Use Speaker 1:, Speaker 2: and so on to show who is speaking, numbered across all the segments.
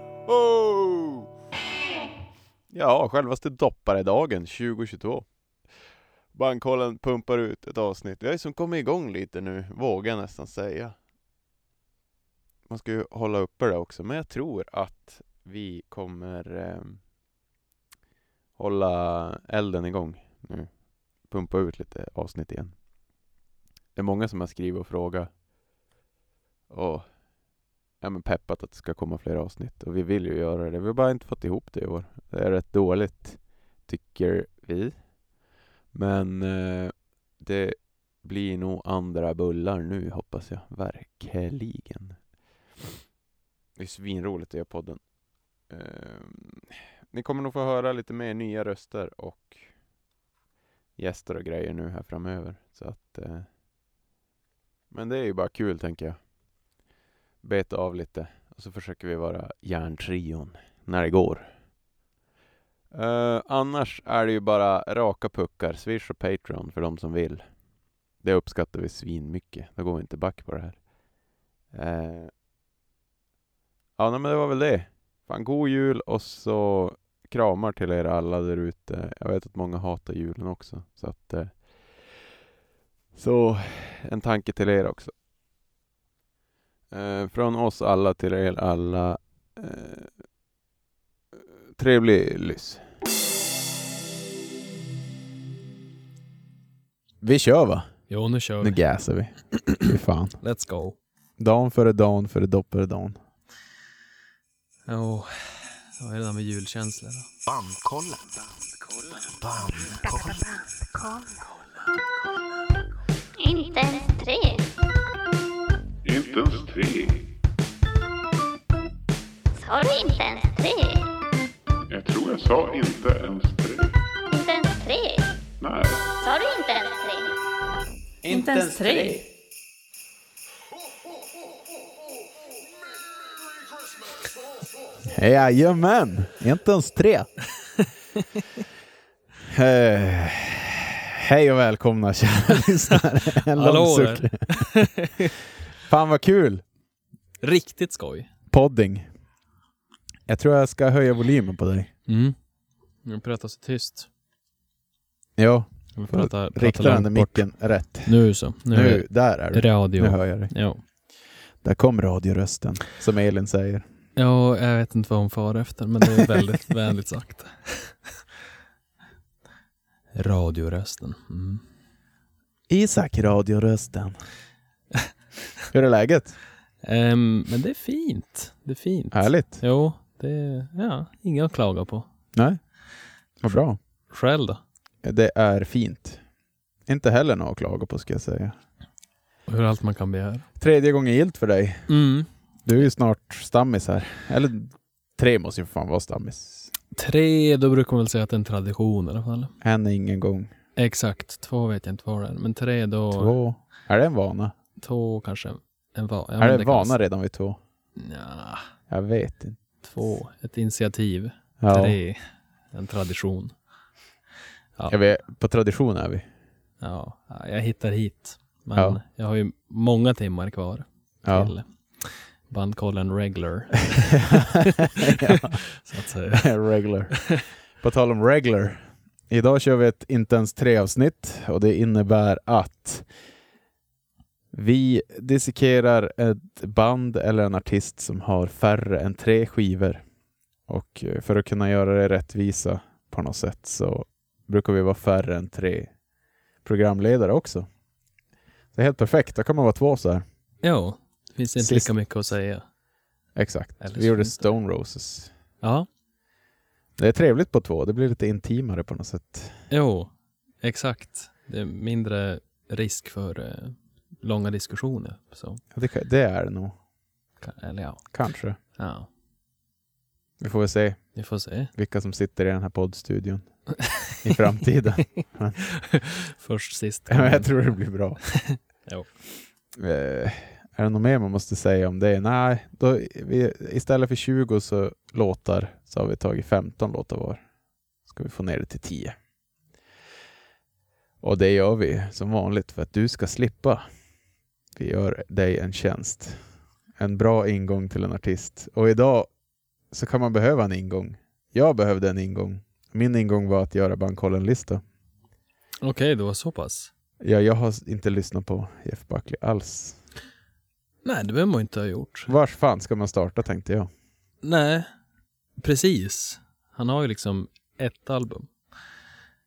Speaker 1: ho, Ja, självaste dopparedagen 2022. Bankkollen pumpar ut ett avsnitt. Vi har ju som kommit igång lite nu, vågar jag nästan säga. Man ska ju hålla uppe det också, men jag tror att vi kommer eh, hålla elden igång nu. Pumpa ut lite avsnitt igen. Det är många som har skrivit och frågat. Och ja, men peppat att det ska komma fler avsnitt och vi vill ju göra det. Vi har bara inte fått ihop det i år. Det är rätt dåligt, tycker vi. Men eh, det blir nog andra bullar nu, hoppas jag. Verkligen. Det är svinroligt att göra podden. Eh, ni kommer nog få höra lite mer nya röster och gäster och grejer nu här framöver. Så att, eh, men det är ju bara kul, tänker jag beta av lite och så försöker vi vara järntrion när det går. Eh, annars är det ju bara raka puckar, Swish och Patreon för de som vill. Det uppskattar vi svinmycket. Då går vi inte back på det här. Eh, ja, nej, men det var väl det. Fan, god jul och så kramar till er alla där ute. Jag vet att många hatar julen också. Så, att, eh, så en tanke till er också. Eh, från oss alla till er alla. Eh, trevlig lyss. Vi kör va?
Speaker 2: Jo, nu kör
Speaker 1: Nu
Speaker 2: vi.
Speaker 1: gasar vi. Fy fan.
Speaker 2: Let's go.
Speaker 1: Dan före dan före dopp före dan.
Speaker 2: Jo, vad är det där med julkänslor då?
Speaker 3: Bandkollen. Bandkollen.
Speaker 4: Inte ens tre.
Speaker 5: Inte ens tre.
Speaker 4: Sa du inte ens tre?
Speaker 5: Jag tror jag sa inte ens tre.
Speaker 4: Inte ens tre?
Speaker 5: Nej.
Speaker 4: Sa du inte ens tre?
Speaker 6: Inte ens tre.
Speaker 1: Jajamän! Inte ens tre. Eh, hej och välkomna kära lyssnare. En lång
Speaker 2: Hallå
Speaker 1: suck.
Speaker 2: där.
Speaker 1: Fan vad kul!
Speaker 2: Riktigt skoj.
Speaker 1: Podding. Jag tror jag ska höja volymen på dig.
Speaker 2: Mm. Nu pratar så tyst.
Speaker 1: Ja,
Speaker 2: Vi pratar, pratar
Speaker 1: rikta den där
Speaker 2: långt bort.
Speaker 1: micken rätt.
Speaker 2: Nu så. Nu, är
Speaker 1: Nu, där är
Speaker 2: det
Speaker 1: du.
Speaker 2: radio.
Speaker 1: Nu hör jag dig.
Speaker 2: Ja.
Speaker 1: Där kom radiorösten, som Elin säger.
Speaker 2: ja, jag vet inte vad hon far efter, men det är väldigt vänligt sagt. Radiorösten. Mm.
Speaker 1: Isak, radiorösten. Hur är läget?
Speaker 2: Ehm, men det är fint. Det är fint.
Speaker 1: Härligt.
Speaker 2: Jo, det är ja, inga att klaga på.
Speaker 1: Nej, vad bra.
Speaker 2: Själv då?
Speaker 1: Det är fint. Inte heller något att klaga på ska jag säga.
Speaker 2: Hur allt man kan begära.
Speaker 1: Tredje gången gillt för dig.
Speaker 2: Mm.
Speaker 1: Du är ju snart stammis här. Eller tre måste ju för fan vara stammis.
Speaker 2: Tre, då brukar man väl säga att det är en tradition i alla fall.
Speaker 1: En är ingen gång.
Speaker 2: Exakt, två vet jag inte vad det är. Men tre då, två,
Speaker 1: Två. Är det en vana?
Speaker 2: kanske. En va- ja, men
Speaker 1: är det
Speaker 2: kan
Speaker 1: vana
Speaker 2: s-
Speaker 1: redan vid två?
Speaker 2: Nja,
Speaker 1: Jag vet inte.
Speaker 2: två, ett initiativ.
Speaker 1: Ja,
Speaker 2: Tre, en tradition.
Speaker 1: jag vet, på tradition är vi.
Speaker 2: Ja, jag hittar hit. Men
Speaker 1: Ja.
Speaker 2: jag har ju många timmar kvar
Speaker 1: Ja.
Speaker 2: till bandkollen regular, så att säga.
Speaker 1: regular. På tal om regular. Idag kör vi ett inte ens tre avsnitt och det innebär att vi dissekerar ett band eller en artist som har färre än tre skivor. Och eh, för att kunna göra det rättvisa på något sätt så brukar vi vara färre än tre programledare också. Det är helt perfekt, då kan man vara två så här.
Speaker 2: Jo, det finns inte
Speaker 1: Sist-
Speaker 2: lika mycket att säga.
Speaker 1: Exakt.
Speaker 2: Eller
Speaker 1: Vi gjorde
Speaker 2: så inte.
Speaker 1: Stone Roses.
Speaker 2: Ja,
Speaker 1: Det är trevligt på två, det blir lite intimare på något sätt.
Speaker 2: jo, exakt. Det är mindre risk för eh, långa diskussioner. Så,
Speaker 1: Ja, Det, ka- det är det nog.
Speaker 2: ka- eller ja.
Speaker 1: Kanske.
Speaker 2: ja.
Speaker 1: Vi får väl se
Speaker 2: Vi får se.
Speaker 1: vilka som sitter i den här poddstudion i framtiden.
Speaker 2: Först sist.
Speaker 1: Ja, men jag tror det blir bra.
Speaker 2: Jo.
Speaker 1: Eh, är det något mer man måste säga om det? Nej, då, vi, istället för 20 så låtar så har vi tagit 15 låtar var. Ska vi få ner det till 10. Och det gör vi som vanligt för att du ska slippa. Vi gör dig en tjänst. En bra ingång till en artist. Och idag så kan man behöva en ingång. Jag behövde en ingång. Min ingång var att göra bankkollen-lista.
Speaker 2: Okej, det var så pass.
Speaker 1: Ja, jag har inte lyssnat på Jeff Buckley alls.
Speaker 2: Nej, det behöver man ju inte ha gjort.
Speaker 1: Vars fan ska man starta tänkte jag.
Speaker 2: Nej, precis. Han har ju liksom ett album.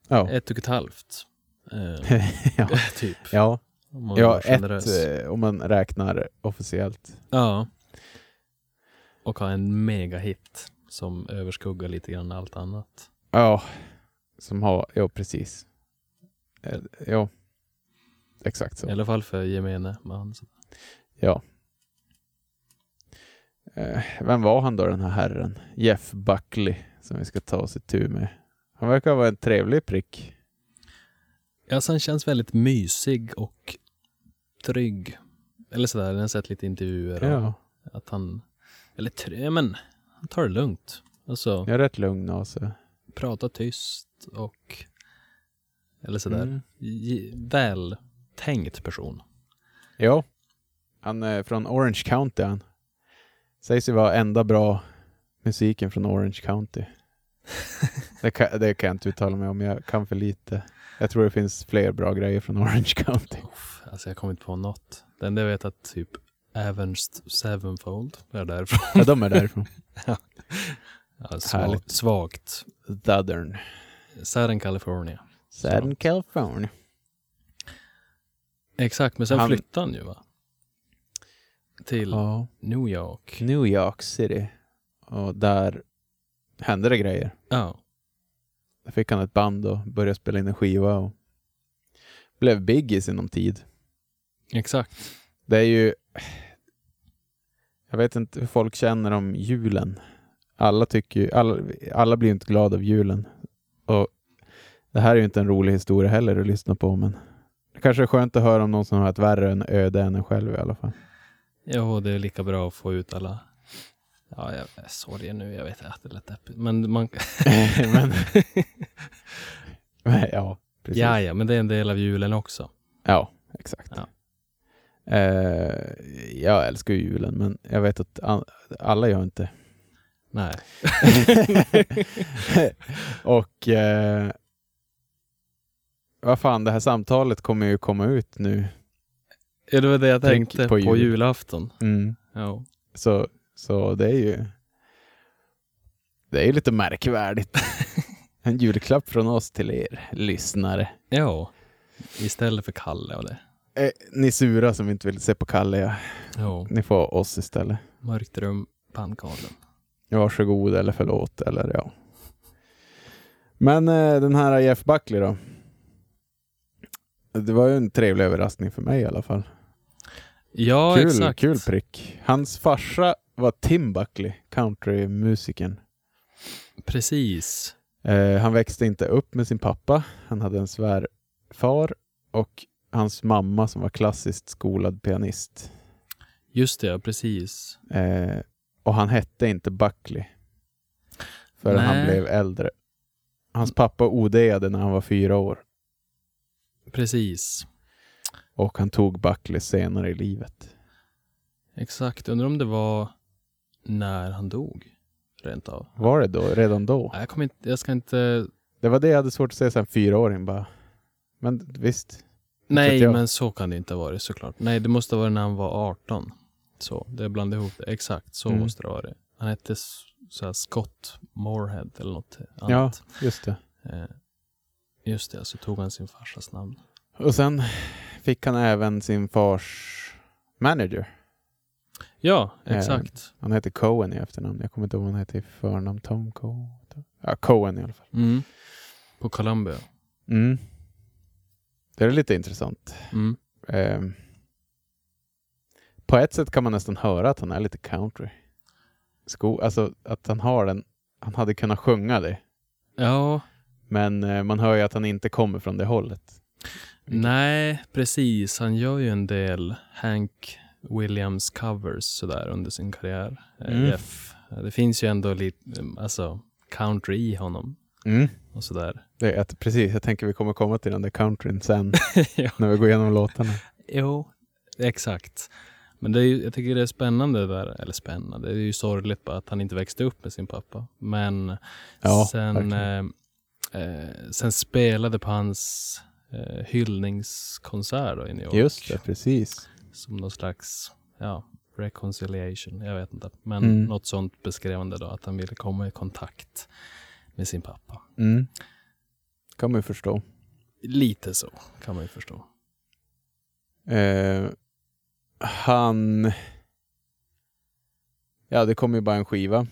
Speaker 1: Ja,
Speaker 2: Ett och ett halvt. Eh,
Speaker 1: ja.
Speaker 2: typ.
Speaker 1: ja.
Speaker 2: Om man
Speaker 1: ja
Speaker 2: var
Speaker 1: ett
Speaker 2: generös.
Speaker 1: eh, om man räknar officiellt.
Speaker 2: Ja. Och ha en megahit som överskuggar lite grann allt annat.
Speaker 1: Ja, som har, ja precis. Eh, Ja, exakt så.
Speaker 2: I alla fall för gemene man.
Speaker 1: Ja. Eh, Vem var han då den här herren? Jeff Buckley som vi ska ta oss itu med. Han verkar vara en trevlig prick.
Speaker 2: Alltså han känns väldigt mysig och trygg. Eller sådär, jag har sett lite intervjuer. och
Speaker 1: Ja,
Speaker 2: Att han, eller trygg, ja, men han tar det lugnt. Alltså,
Speaker 1: jag är rätt lugn alltså.
Speaker 2: pratar tyst och, eller sådär,
Speaker 1: Mm.
Speaker 2: J- vältänkt person.
Speaker 1: Ja. Han är från Orange County han. Sägs ju vara enda bra musiken från Orange County. det, kan, det kan jag inte uttala mig om, jag kan för lite. Jag tror det finns fler bra grejer från Orange County.
Speaker 2: Uff, alltså jag kommer inte på något. Den där jag vet att typ Avenged Sevenfold är därifrån.
Speaker 1: Ja, de är därifrån.
Speaker 2: Ja, svag,
Speaker 1: Härligt.
Speaker 2: svagt.
Speaker 1: Southern.
Speaker 2: Southern California.
Speaker 1: Southern California.
Speaker 2: Exakt, men sen
Speaker 1: Han-
Speaker 2: flyttade han ju va? Till
Speaker 1: Ja.
Speaker 2: New York.
Speaker 1: New York City. Och där hände det grejer.
Speaker 2: Ja,
Speaker 1: Där fick han ett band och började spela in en skiva och blev big i sinom tid.
Speaker 2: exakt.
Speaker 1: Det är ju... Jag vet inte hur folk känner om julen. Alla tycker ju... Alla, alla blir ju inte glada av julen. Och det här är ju inte en rolig historia heller att lyssna på, men det kanske är skönt att höra om någon som har ett värre än öde än en själv i alla fall.
Speaker 2: Jo, det är lika bra att få ut alla. Ja, jag är sorry nu, jag vet att det lät deppigt. Men man...
Speaker 1: men... men ja, precis.
Speaker 2: ja, ja, men det är en del av julen också.
Speaker 1: Ja, exakt.
Speaker 2: Ja.
Speaker 1: Eh, jag älskar ju julen, men jag vet att an- alla gör inte.
Speaker 2: Nej.
Speaker 1: och eh, vad fan, det här samtalet kommer ju komma ut nu.
Speaker 2: Ja, det var det jag
Speaker 1: Tänk
Speaker 2: tänkte
Speaker 1: på
Speaker 2: på,
Speaker 1: jul.
Speaker 2: julafton.
Speaker 1: Mm.
Speaker 2: Ja.
Speaker 1: Så, så det är ju det är ju lite märkvärdigt. en julklapp från oss till er lyssnare.
Speaker 2: ja, istället för Kalle och det.
Speaker 1: Eh, ni sura som inte vill se på Kalle, ja.
Speaker 2: Ja,
Speaker 1: ni får oss istället.
Speaker 2: mörkt rum, pannkakan.
Speaker 1: Varsågod eller förlåt eller ja. Men eh, den här Jeff Buckley då. Det var ju en trevlig överraskning för mig i alla fall.
Speaker 2: Ja,
Speaker 1: kul,
Speaker 2: exakt.
Speaker 1: kul prick. Hans farsa var Tim Buckley, countrymusikern.
Speaker 2: Precis.
Speaker 1: Eh, han växte inte upp med sin pappa. Han hade en svärfar och hans mamma som var klassiskt skolad pianist.
Speaker 2: Just det, ja, precis.
Speaker 1: Eh, och han hette inte Buckley. Förrän han
Speaker 2: Nej.
Speaker 1: blev äldre. Hans pappa odeade när han var fyra år.
Speaker 2: Precis.
Speaker 1: Och han tog Buckley senare i livet.
Speaker 2: Exakt. Undrar om det var när han dog, rent av.
Speaker 1: Var det då? Redan då?
Speaker 2: Nej, jag, kommer inte, jag ska inte...
Speaker 1: Det var det jag hade svårt att säga sen fyraåring bara. Men visst. vet
Speaker 2: Nej,
Speaker 1: jag.
Speaker 2: men så kan det inte ha varit såklart. Nej, det måste ha varit när han var 18. Så, det blandade ihop det. Exakt, så
Speaker 1: Mm.
Speaker 2: måste det ha varit. Han hette s- så här Scott Moorhead eller något
Speaker 1: Ja,
Speaker 2: annat.
Speaker 1: just det.
Speaker 2: Eh, just det, så tog han sin farsas namn.
Speaker 1: Och sen fick han även sin fars manager.
Speaker 2: Ja,
Speaker 1: Eh,
Speaker 2: exakt.
Speaker 1: Han heter Cohen i efternamn. Jag kommer inte ihåg vad han heter i förnamn. Tom Cohen. Ja, Cohen i alla fall.
Speaker 2: Mm. På Columbia.
Speaker 1: Mm. Det är lite intressant.
Speaker 2: Mm.
Speaker 1: Ehm, på ett sätt kan man nästan höra att han är lite country. Sko, alltså att han har den, han hade kunnat sjunga det.
Speaker 2: Ja,
Speaker 1: Men eh, man hör ju att han inte kommer från det hållet. Vilket-
Speaker 2: Nej, precis. Han gör ju en del Hank Williams covers sådär under sin karriär. eh,
Speaker 1: Mm.
Speaker 2: Jeff. Det finns ju ändå lite eh, alltså, country i honom och sådär.
Speaker 1: Mm. Det är att, precis, jag tänker vi kommer komma till den där countryn sen
Speaker 2: Ja.
Speaker 1: när vi går igenom låtarna.
Speaker 2: Jo, exakt. Men det är, ju- jag tycker det är spännande det där, eller spännande, det är ju sorgligt bara att han inte växte upp med sin pappa. Men
Speaker 1: Ja,
Speaker 2: sen, eh,
Speaker 1: verkligen.
Speaker 2: eh, sen spelade på hans eh, hyllningskonsert då i New York.
Speaker 1: Just det, precis.
Speaker 2: Som någon slags, ja, reconciliation, jag vet inte. Men
Speaker 1: Mm.
Speaker 2: något sånt beskrevande då, att han ville komma i kontakt med sin pappa.
Speaker 1: Mm. Kan man ju förstå.
Speaker 2: Lite så, kan man ju förstå.
Speaker 1: Eh, han... Ja, det kom ju bara en skiva.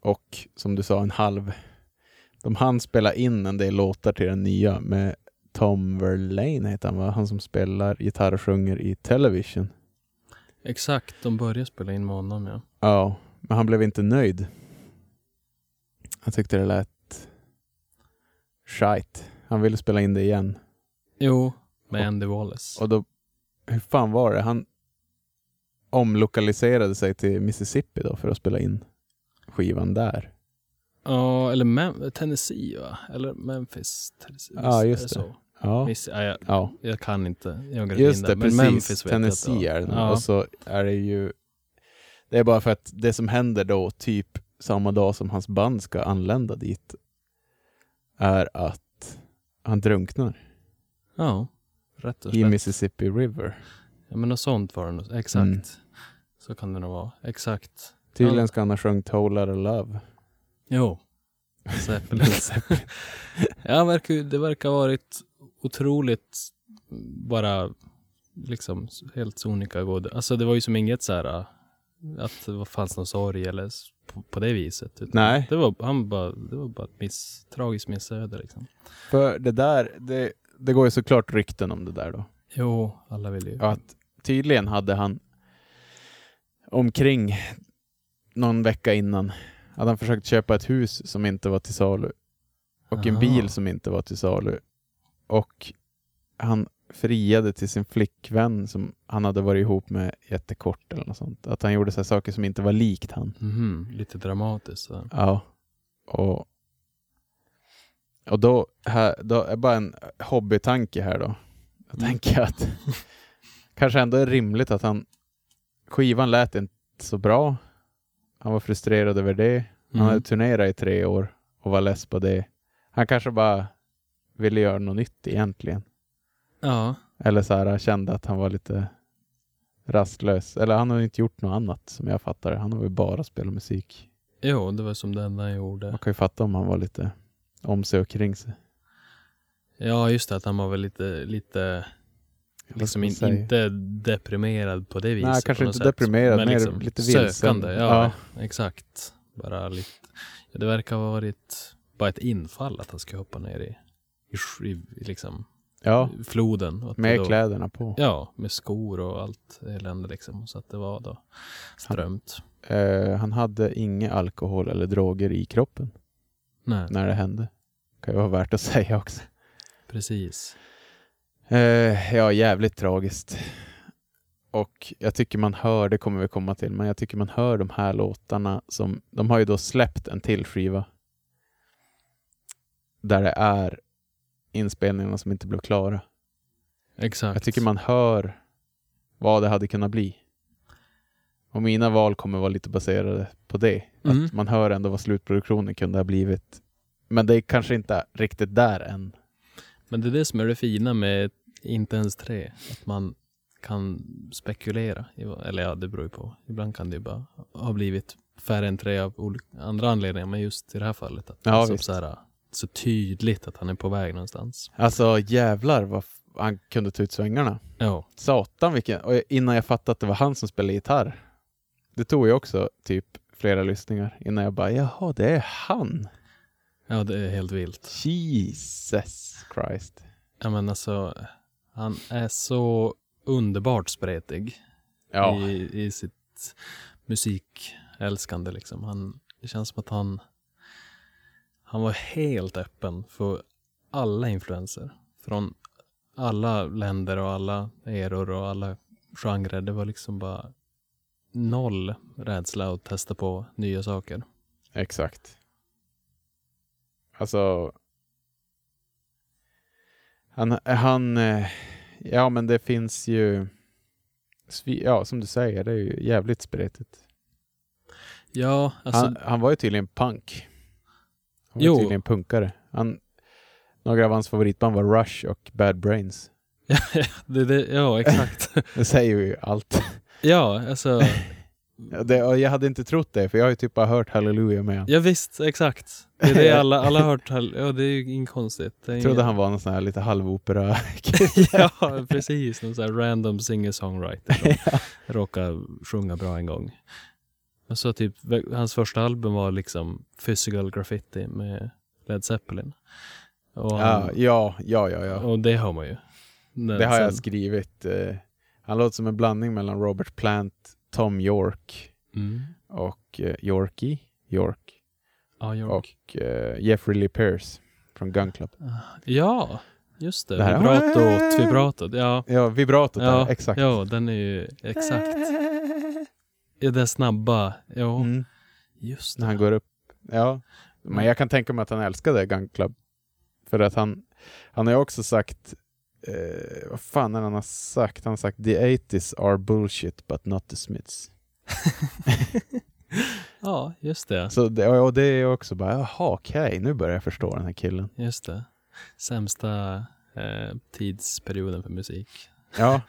Speaker 1: Och som du sa, en halv. De hann spela in en del låtar till den nya med Tom Verlaine heter han va? Han som spelar gitarr och sjunger i Television.
Speaker 2: Exakt, de började spela in med honom, ja.
Speaker 1: Ja, men han blev inte nöjd. Han tyckte det lät shite. Han ville spela in det igen.
Speaker 2: Jo, med Andy Wallace.
Speaker 1: Och då, hur fan var det? Han omlokaliserade sig till Mississippi då för att spela in skivan där.
Speaker 2: Ja, eller Mem- Tennessee va? Eller Memphis, Tennessee.
Speaker 1: Ja,
Speaker 2: Visst är
Speaker 1: just det.
Speaker 2: Så.
Speaker 1: Ja,
Speaker 2: Miss, ja, jag,
Speaker 1: ja.
Speaker 2: jag kan inte geografin
Speaker 1: just
Speaker 2: där,
Speaker 1: det.
Speaker 2: men
Speaker 1: Precis.
Speaker 2: Memphis vet jag att
Speaker 1: Tennessee
Speaker 2: var.
Speaker 1: är det. nu.
Speaker 2: Ja,
Speaker 1: Och så är det ju... Det är bara för att det som händer då, typ samma dag som hans band ska anlända dit, är att han drunknar
Speaker 2: ja, rätt och
Speaker 1: i
Speaker 2: slätt.
Speaker 1: Mississippi River.
Speaker 2: Ja, men något sånt var det nog. Exakt.
Speaker 1: Mm.
Speaker 2: Så kan det nog vara. Exakt.
Speaker 1: Tydligen
Speaker 2: Ja.
Speaker 1: ska han ha sjungit Whole Lotta Love.
Speaker 2: Jo. Zeppelin. ja, verkar, ju- det verkar ha varit otroligt bara liksom helt sonika god. Alltså det var ju som inget så här äh, att det var- fanns någon sorg eller s- på, på det viset. Utan
Speaker 1: Nej.
Speaker 2: Det var, han bara, det var bara ett miss, tragiskt missöde liksom.
Speaker 1: För det där, det, det går ju såklart rykten om det där då.
Speaker 2: Jo, alla vill ju.
Speaker 1: att tydligen hade han omkring någon vecka innan hade han försökt köpa ett hus som inte var till salu och en
Speaker 2: Aha.
Speaker 1: bil som inte var till salu. Och han friade till sin flickvän som han hade varit ihop med jättekort eller något sånt. Att han gjorde så här saker som inte var likt han.
Speaker 2: Mhm, lite dramatiskt. Så.
Speaker 1: Ja. Och, och då, här, då är bara en hobbytanke här då. Jag
Speaker 2: Mm.
Speaker 1: tänker att kanske ändå är rimligt att han... Skivan lät inte så bra. Han var frustrerad över det. Han hade
Speaker 2: Mm.
Speaker 1: turnerat i tre år och var less på det. Han kanske bara ville göra något nytt egentligen.
Speaker 2: Ja,
Speaker 1: Eller så här, han kände att han var lite rastlös. Eller han har ju inte gjort något annat som jag fattar det. Han har väl bara spelat musik.
Speaker 2: jo, det var som det enda jag gjorde.
Speaker 1: Man kan ju fatta om han var lite om sig och kring sig.
Speaker 2: Ja, just det, att han var väl lite, lite
Speaker 1: Vad ska
Speaker 2: liksom
Speaker 1: man
Speaker 2: in,
Speaker 1: säga?
Speaker 2: inte deprimerad på det viset.
Speaker 1: Nej, kanske
Speaker 2: på något
Speaker 1: inte deprimerad,
Speaker 2: men
Speaker 1: mer
Speaker 2: liksom
Speaker 1: lite vilsen.
Speaker 2: sökande. Ja, exakt. Bara lite. Ja, det verkar ha varit bara ett infall att han skulle hoppa ner i, i, sk- i liksom,
Speaker 1: Ja,
Speaker 2: floden. Och att det
Speaker 1: med
Speaker 2: då-
Speaker 1: kläderna på.
Speaker 2: Ja, med skor och allt elände liksom. Så att det var då strömt.
Speaker 1: Eh, han hade inga alkohol eller droger i kroppen
Speaker 2: Nej,
Speaker 1: när det hände. Kan ju vara värt att säga också.
Speaker 2: precis.
Speaker 1: Eh, ja, jävligt tragiskt. Och jag tycker man hör, det kommer vi komma till, men jag tycker man hör de här låtarna som, de har ju då släppt en till skiva. Där det är inspelningarna som inte blev klara.
Speaker 2: Exakt.
Speaker 1: Jag tycker man hör vad det hade kunnat bli. Och mina val kommer vara lite baserade på det.
Speaker 2: Mm.
Speaker 1: Att man hör ändå vad slutproduktionen kunde ha blivit. Men det är kanske inte riktigt där än.
Speaker 2: Men det är det som är det fina med inte ens tre. Att man kan spekulera. i vad- Eller ja, det beror ju på. Ibland kan det ju bara ha blivit färre än tre av olika, andra anledningar. Men just i det här fallet. Att det
Speaker 1: Ja,
Speaker 2: är som
Speaker 1: visst.
Speaker 2: så, här, så tydligt att han är på väg någonstans.
Speaker 1: Alltså jävlar vad f- han kunde ta ut svängarna.
Speaker 2: Ja,
Speaker 1: Satan vilken... Och innan jag fattade att det var han som spelade gitarr. Det tog ju också typ flera lyssningar innan jag bara jaha, det är han.
Speaker 2: ja det är helt vilt.
Speaker 1: Jesus Christ.
Speaker 2: Ja, men alltså, han är så underbart spretig.
Speaker 1: Ja.
Speaker 2: i, i sitt musikälskande. Liksom. Han, det känns som att han, han var helt öppen för alla influenser. Från alla länder och alla eror och alla genrer. Det var liksom bara noll rädsla att testa på nya saker.
Speaker 1: Exakt. Alltså... Han, han... eh, Ja, men det finns ju Svi- ja, som du säger, det är ju jävligt spretigt.
Speaker 2: Ja, alltså,
Speaker 1: han, han var ju tydligen punk. Han var
Speaker 2: Jo.
Speaker 1: ju tydligen punkare. Han, några av hans favoritband var Rush och Bad Brains.
Speaker 2: det, det, ja exakt.
Speaker 1: Det säger ju allt. Ja.
Speaker 2: ja, alltså,
Speaker 1: Ja, Det, och jag hade inte trott det, för jag har ju typ bara hört Hallelujah med honom.
Speaker 2: ja visst, exakt. Det är det alla, alla har hört, hall- ja det är ju inget konstigt. Det är
Speaker 1: Jag trodde
Speaker 2: ingen-
Speaker 1: han var någon sån här lite halvopera
Speaker 2: Ja, precis. Någon sån här random singer-songwriter som råkar sjunga bra en gång. Men så typ, hans första album var liksom Physical Graffiti med Led Zeppelin. Och,
Speaker 1: Ja,
Speaker 2: han,
Speaker 1: ja, ja, ja. ja.
Speaker 2: och det har man ju. Men
Speaker 1: Det har jag
Speaker 2: Eh, sen-
Speaker 1: skrivit. eh, Han låter som en blandning mellan Robert Plant, Tom York
Speaker 2: Mm.
Speaker 1: och eh, Yorkie, York
Speaker 2: Ja, York.
Speaker 1: och eh, Jeffrey Lee Pearce från Gun Club.
Speaker 2: ja, just det.
Speaker 1: Det här-
Speaker 2: vibrato och vibrato. Ja,
Speaker 1: Ja, vibratot
Speaker 2: ja,
Speaker 1: där, exakt.
Speaker 2: ja, den är ju exakt. Ja, den snabba. Ja,
Speaker 1: Mm,
Speaker 2: just
Speaker 1: när
Speaker 2: det.
Speaker 1: han går upp. Ja,
Speaker 2: Mm.
Speaker 1: men jag kan tänka mig att han älskade Gun Club. För att han, han har ju också sagt, eh, vad fan är det han har sagt? Han har sagt the 80s are bullshit but not the Smiths.
Speaker 2: Ja, just det.
Speaker 1: Så det, och det är också bara, jaha okej, nu börjar jag förstå den här killen.
Speaker 2: Just det. Sämsta eh, tidsperioden för musik.
Speaker 1: Ja,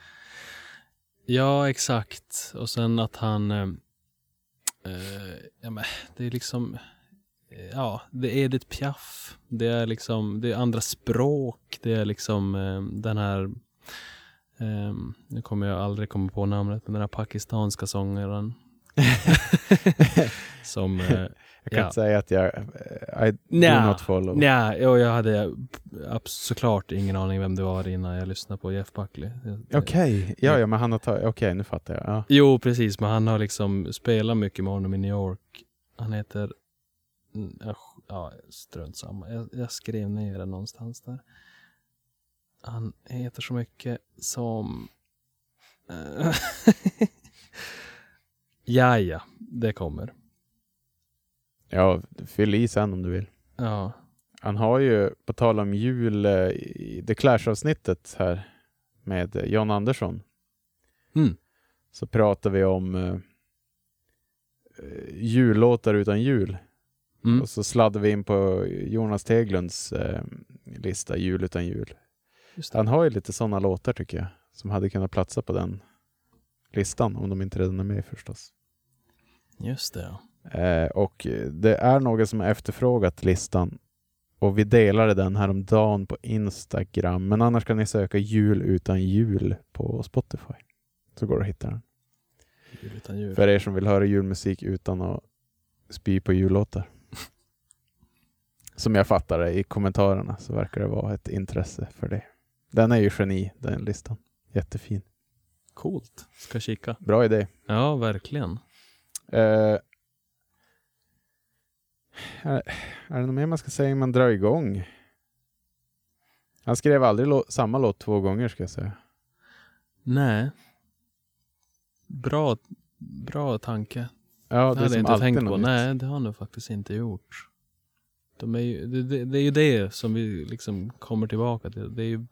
Speaker 2: Ja, exakt. Och sen att han... Eh, eh, ja, men det är liksom... eh, Ja, det är Edith Piaf. Det är liksom det är andra språk. Det är liksom eh, den här... Eh, nu kommer jag aldrig komma på namnet, men den här pakistanska sångaren. Som... Eh,
Speaker 1: Jag kan
Speaker 2: Ja.
Speaker 1: inte säga att jag... eh, I do
Speaker 2: Nja,
Speaker 1: not follow.
Speaker 2: Nej, och jag hade abs- såklart ingen aning vem det var innan jag lyssnade på Jeff Buckley. Det-
Speaker 1: Okej, ja, ja, men han har tagit... Okej, nu fattar jag. Ja.
Speaker 2: Jo, precis, men han har liksom spelat mycket med honom i New York. Han heter... Mm, jag sk- Ja, strunt samma. Jag, jag skrev ner det någonstans där. Han heter så mycket som... Eh, ja, ja, det kommer.
Speaker 1: ja, fyll i sen om du vill.
Speaker 2: Ja,
Speaker 1: Han har ju, på tal om jul, eh, i The Clash-avsnittet här med eh, Jan Andersson.
Speaker 2: Mm.
Speaker 1: Så pratar vi om eh, eh, jullåtar utan jul.
Speaker 2: Mm.
Speaker 1: Och så sladdar vi in på Jonas Teglunds eh, lista, Jul utan jul.
Speaker 2: just det.
Speaker 1: Han har ju lite sådana låtar tycker jag, som hade kunnat platsa på den listan, om de inte redan är med förstås.
Speaker 2: Just det, ja.
Speaker 1: Eh, och det är några som har efterfrågat listan och vi delade den häromdagen på Instagram. Men annars kan ni söka jul utan jul på Spotify. Så går det att hitta den.
Speaker 2: Jul utan jul.
Speaker 1: För er som vill höra julmusik utan att spy på jullåtar. Som jag fattar det i kommentarerna så verkar det vara ett intresse för det. Den är ju geni, den listan. Jättefin.
Speaker 2: Coolt. Ska kika.
Speaker 1: Bra idé.
Speaker 2: Ja, verkligen.
Speaker 1: Eh, är, är det något mer man ska säga innan man drar igång? Han skrev aldrig lå- samma låt två gånger ska jag säga.
Speaker 2: Nej. Bra, bra tanke.
Speaker 1: Ja,
Speaker 2: det
Speaker 1: det är
Speaker 2: hade jag
Speaker 1: som
Speaker 2: inte
Speaker 1: alltid
Speaker 2: tänkt på.
Speaker 1: något nytt.
Speaker 2: Nej, det har han nog faktiskt inte gjort. De är ju, det, det, det är ju det som vi liksom kommer tillbaka till. Det är ju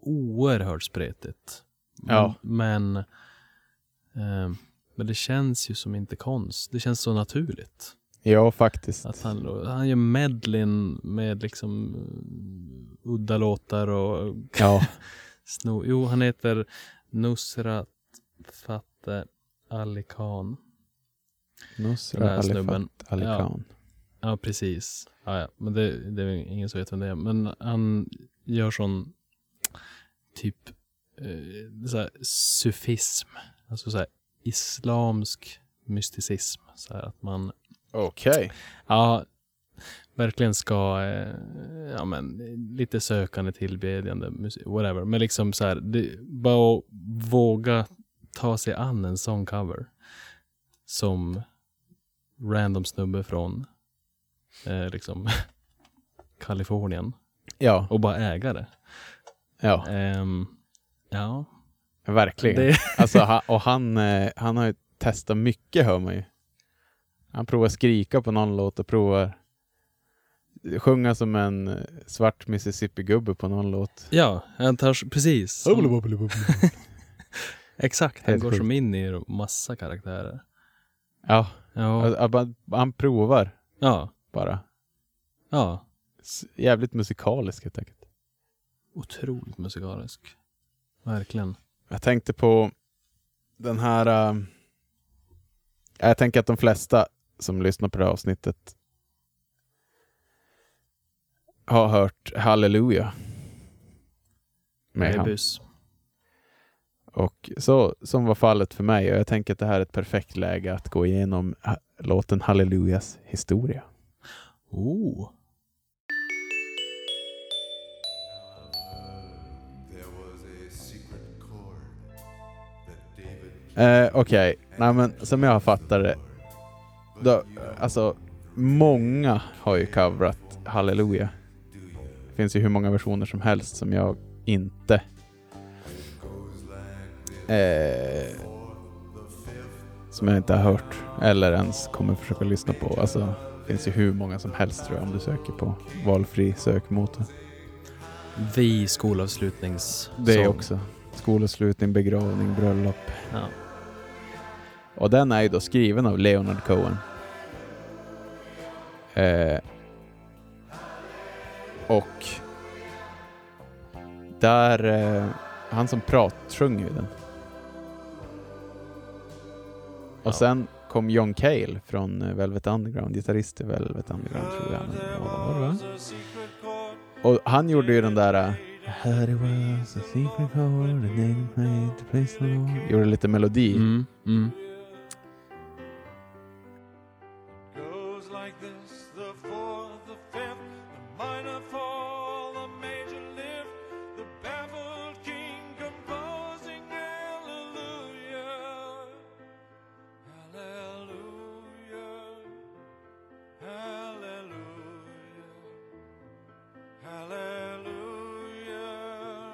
Speaker 2: oerhört spretigt.
Speaker 1: Ja.
Speaker 2: Men, eh, men det känns ju som inte konst. Det känns så naturligt.
Speaker 1: Ja, faktiskt.
Speaker 2: Att han, han gör medlin med liksom eh, udda låtar och
Speaker 1: Ja,
Speaker 2: Sno, jo, han heter Nusrat Fatte Ali Khan. Den
Speaker 1: Nusra
Speaker 2: här snubben.
Speaker 1: Alifat Ali
Speaker 2: Ja.
Speaker 1: Khan.
Speaker 2: Ja, precis. Ja, ja. Men det, det är väl ingen som vet vem det är. Men han gör sån typ eh, så här, sufism. Alltså så här, islamsk mysticism. Så här, att man
Speaker 1: Okej.
Speaker 2: ja, verkligen ska eh, ja, men, lite sökande, tillbedjande, musik- whatever. Men liksom så här, det, bara att våga ta sig an en sån cover som random snubbe från eh, liksom Kalifornien
Speaker 1: Ja,
Speaker 2: och bara äga det.
Speaker 1: ja,
Speaker 2: Ehm, ja,
Speaker 1: verkligen.
Speaker 2: det,
Speaker 1: Alltså, han, och han, eh, han har ju testat mycket hör man ju. Han provar skrika på någon låt och provar sjunga som en eh, svart Mississippi-gubbe på någon låt.
Speaker 2: ja, jag tar, precis. Som, Exakt, han
Speaker 1: Helt
Speaker 2: går
Speaker 1: sjukt.
Speaker 2: som in i massa karaktärer.
Speaker 1: Ja,
Speaker 2: Ja,
Speaker 1: alltså, han, han provar
Speaker 2: ja,
Speaker 1: bara.
Speaker 2: ja.
Speaker 1: S- Jävligt musikalisk helt enkelt.
Speaker 2: Otroligt musikalisk. Verkligen.
Speaker 1: Jag tänkte på den här... ehm, jag tänker att de flesta som lyssnar på det här avsnittet har hört Halleluja med
Speaker 2: Det är
Speaker 1: han.
Speaker 2: bus.
Speaker 1: Och så som var fallet för mig. Och jag tänker att det här är ett perfekt läge att gå igenom ha- låten Hallelujas historia.
Speaker 2: Oh.
Speaker 1: Eh, Okej, Nej, men som jag fattar det. Då, alltså, många har ju coverat Halleluja. Det finns ju hur många versioner som helst som jag inte eh, som jag inte har hört eller ens kommer försöka lyssna på. Alltså, det finns ju hur många som helst tror jag om du söker på valfri sökmotor.
Speaker 2: Vi skolavslutningssång.
Speaker 1: Det också. Skolavslutning, begravning, bröllop.
Speaker 2: Ja.
Speaker 1: Och den är ju då skriven av Leonard Cohen. Eh, och där... Eh, han som prat sjöng ju den. Och
Speaker 2: Ja.
Speaker 1: sen kom John Cale från eh, Velvet Underground, gitarrist i Velvet Underground tror jag. han var, va? Och han gjorde ju den där... eh, Here it was, a secret chord, and they made the place the Lord- Gjorde lite melodi.
Speaker 2: Mm, mm.
Speaker 3: goes like this the fourth, the fifth, the minor fall, the major lift, the baffled king composing hallelujah, hallelujah, hallelujah, hallelujah,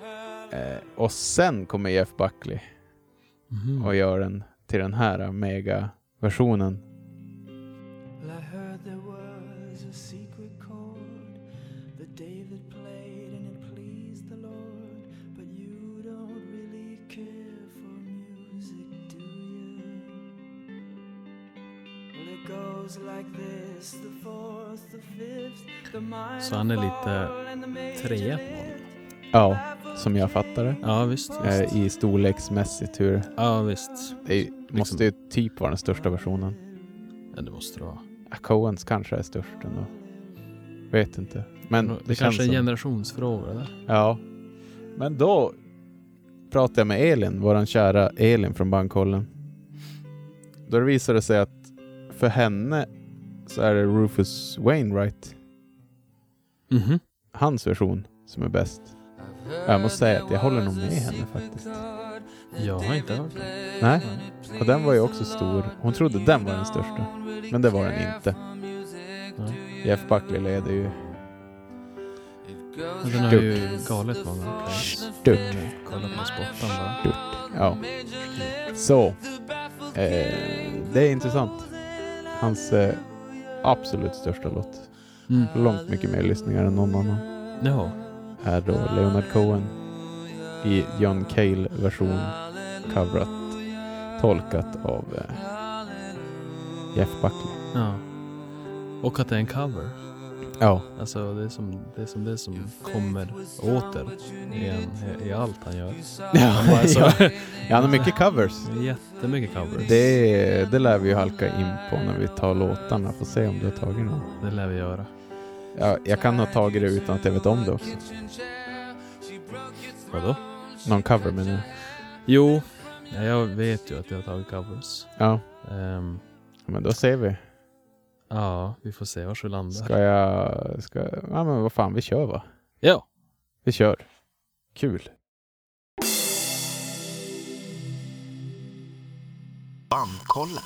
Speaker 3: hallelujah.
Speaker 1: Eh, och sen kommer Jeff Buckley
Speaker 2: Mhm.
Speaker 1: och gör den till den här mega-versionen.
Speaker 3: Well, I heard there was a secret chord that David played and it pleased the Lord. But you don't really care for music, do you? Well, it goes like this the fourth, the fifth, the minor
Speaker 2: Så han är lite
Speaker 3: fall and the major
Speaker 2: trea på
Speaker 3: lift.
Speaker 2: honom.
Speaker 1: Ja, som jag fattar det.
Speaker 2: Ja, visst. visst.
Speaker 1: Eh, I storleksmässigt hur...
Speaker 2: Ja, visst.
Speaker 1: Det är-
Speaker 2: Liksom-
Speaker 1: måste ju typ vara den största versionen.
Speaker 2: Ja, det måste det vara.
Speaker 1: Ja, Coens kanske är störst ändå. Vet inte. Men
Speaker 2: det,
Speaker 1: det, känns
Speaker 2: kanske är en
Speaker 1: som...
Speaker 2: generationsfråga där.
Speaker 1: Ja. Men då pratade jag med Elin, våran kära Elin från Bankkollen. Då visade det sig att för henne så är det Rufus Wainwright,
Speaker 2: Mhm.
Speaker 1: hans version, som är bäst. Och Jag måste säga att jag håller nog med henne faktiskt.
Speaker 2: Jag har inte hört det.
Speaker 1: Nej, och den var ju också stor. Hon trodde den var den största, men det var den inte.
Speaker 2: Nej.
Speaker 1: Jeff Buckley leder ju
Speaker 2: Ja, den har
Speaker 1: Dutt.
Speaker 2: ju galet många plays.
Speaker 1: stört.
Speaker 2: Kolla på sporten bara.
Speaker 1: Ja. Så. Eh, det är intressant. Hans eh, absolut största låt.
Speaker 2: Mm.
Speaker 1: Långt mycket mer lyssningar än någon annan.
Speaker 2: Ja.
Speaker 1: Är då Leonard Cohen i John Cale-version coverat, tolkat av eh, Jeff Buckley.
Speaker 2: ja. Och att det är en cover.
Speaker 1: Ja.
Speaker 2: Alltså det är som det, är som, det som kommer åter i, en, i allt han gör.
Speaker 1: Ja,
Speaker 2: bara så.
Speaker 1: han har mycket covers.
Speaker 2: Det är Jättemycket covers.
Speaker 1: Det, det lär vi ju halka in på när vi tar låtarna. Får se om du har tagit någon.
Speaker 2: det lär vi göra.
Speaker 1: Ja, jag kan ha tagit det utan att jag vet om det också.
Speaker 2: Vadå?
Speaker 1: Någon cover menar jag.
Speaker 2: Jo, ja, jag vet ju att jag har tagit covers.
Speaker 1: Ja,
Speaker 2: Ehm,
Speaker 1: men då ser vi.
Speaker 2: ja, vi får se vart vi landar.
Speaker 1: Ska jag... Ska, ja, men vad fan, vi kör va?
Speaker 2: Ja.
Speaker 1: Vi kör. Kul.
Speaker 7: Bandkollen.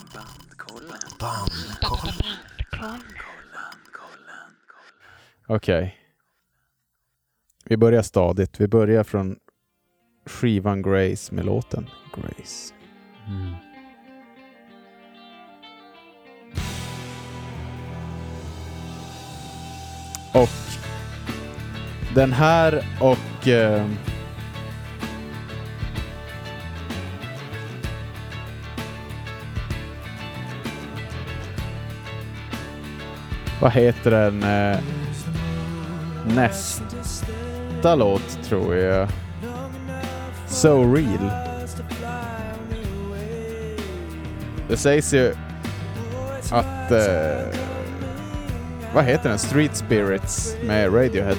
Speaker 7: Bandkollen.
Speaker 1: Okej. Vi börjar stadigt. Vi börjar från skivan Grace med låten Grace.
Speaker 2: Mm.
Speaker 1: Och den här och... Eh, Vad heter den? eh, Nästa låt tror jag. So real. Det sägs ju att... Eh, vad heter den? Street Spirits med Radiohead.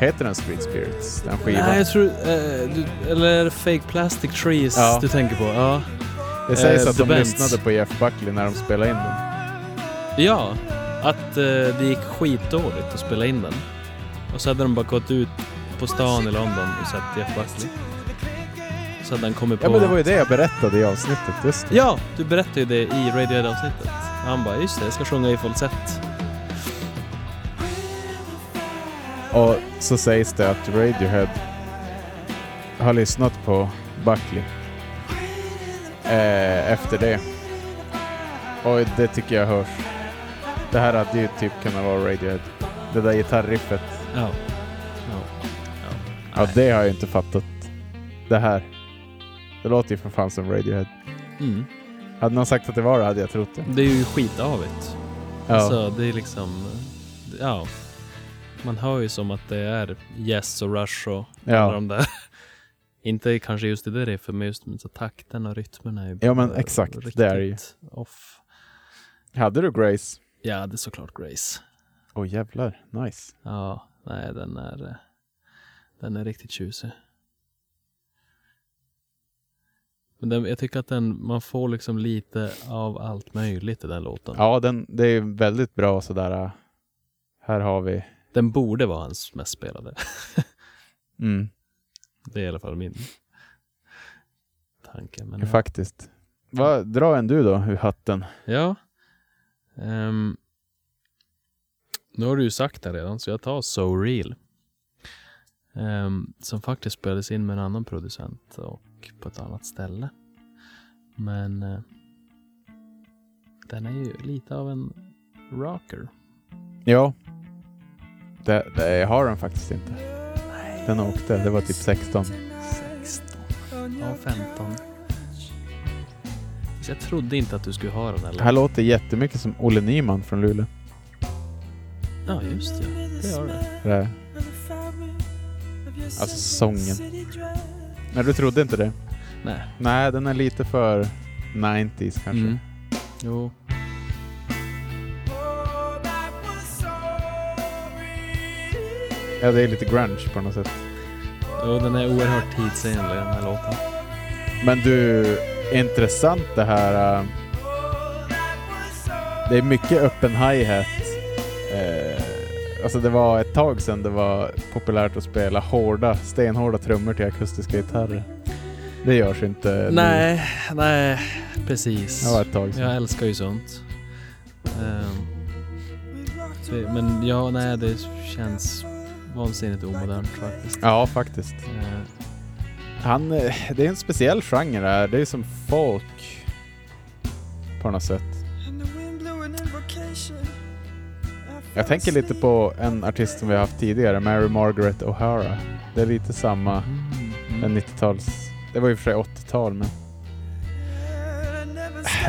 Speaker 1: Heter den Street Spirits? Den skivan?
Speaker 2: Nej, jag tror... Eh, du, eller är det Fake Plastic Trees
Speaker 1: Ja.
Speaker 2: du tänker på? Ja.
Speaker 1: det sägs
Speaker 2: eh,
Speaker 1: att
Speaker 2: The
Speaker 1: de
Speaker 2: Bends.
Speaker 1: lyssnade på Jeff Buckley när de spelade in den.
Speaker 2: Ja, att eh, det gick skitdåligt att spela in den. Och så hade de bara gått ut på stan i London och sett Jeff Buckley. Så hade han kommit på...
Speaker 1: Ja men det var ju det jag berättade i avsnittet, just det.
Speaker 2: Ja, du berättade ju det i Radiohead-avsnittet. Han bara, just det, jag ska sjunga i falsett.
Speaker 1: Och så sägs det att Radiohead har lyssnat på Buckley eh, efter det. Och det tycker jag hörs. Det här hade ju typ kunnat vara Radiohead. Det där gitarriffet.
Speaker 2: Ja.
Speaker 1: Ja, det har jag inte fattat. Det här. Det låter ju för fan som Radiohead.
Speaker 2: Mm.
Speaker 1: Hade någon sagt att det var det hade jag trott det.
Speaker 2: Det är ju skitavigt.
Speaker 1: Ja.
Speaker 2: Så det är liksom... Ja. Man hör ju som att det är Yes och Rush och alla
Speaker 1: ja.
Speaker 2: de där. Inte kanske just i det riffet, men just men så takten och rytmen är ju
Speaker 1: Ja, men
Speaker 2: bara
Speaker 1: exakt,
Speaker 2: riktigt
Speaker 1: det är det ju.
Speaker 2: Off.
Speaker 1: Hade du Grace?
Speaker 2: Ja, det är såklart Grace.
Speaker 1: Åh jävlar, nice.
Speaker 2: Ja, nej den är eh, den är riktigt tjusig. Men den, jag tycker att den, man får liksom lite av allt möjligt i den låten.
Speaker 1: Ja, den, det är väldigt bra sådär. äh, Här har vi.
Speaker 2: Den borde vara hans mest spelade.
Speaker 1: Mm,
Speaker 2: Det är i alla fall min tanke. Men ja.
Speaker 1: Faktiskt. Va, dra en du då ur hatten.
Speaker 2: ja. Ehm, nu har du ju sagt det redan, så jag tar So Real. Ehm, som faktiskt spelades in med en annan producent och på ett annat ställe. Men eh, den är ju lite av en rocker.
Speaker 1: Ja. Det, det har den faktiskt inte. Den åkte. Det var typ 16.
Speaker 2: 16 av 15. Så jag trodde inte att du skulle ha den
Speaker 1: Det
Speaker 2: eller?
Speaker 1: här låter jättemycket som Olle Nyman från Luleå.
Speaker 2: Ja, just det. Det gör det.
Speaker 1: Det där. Alltså sången. Nej, du trodde inte det?
Speaker 2: Nej.
Speaker 1: Nej, den är lite för 90s kanske.
Speaker 2: Mm. Jo.
Speaker 1: Ja, det är lite grunge på något sätt.
Speaker 2: jo, den är oerhört tidsenlig den här låten.
Speaker 1: Men du, intressant det här. äh, Det är mycket öppen hi-hat. Eh, Alltså det var ett tag sedan det var populärt att spela hårda, stenhårda trummor till akustiska gitarrer. Det görs inte nu.
Speaker 2: Nej, nej, precis.
Speaker 1: Det var ett tag sedan.
Speaker 2: Jag älskar ju sånt. Ehm, det, men ja, nej, det känns vansinnigt omodernt faktiskt.
Speaker 1: Ja, faktiskt.
Speaker 2: Eh,
Speaker 1: Han, eh, det är en speciell genre det här. Det är som folk på något sätt. Jag tänker lite på en artist som vi har haft tidigare, Mary Margaret O'Hara. Det är lite samma.
Speaker 2: mm.
Speaker 1: En 90-tals... Det var ju för sig 80-tal men...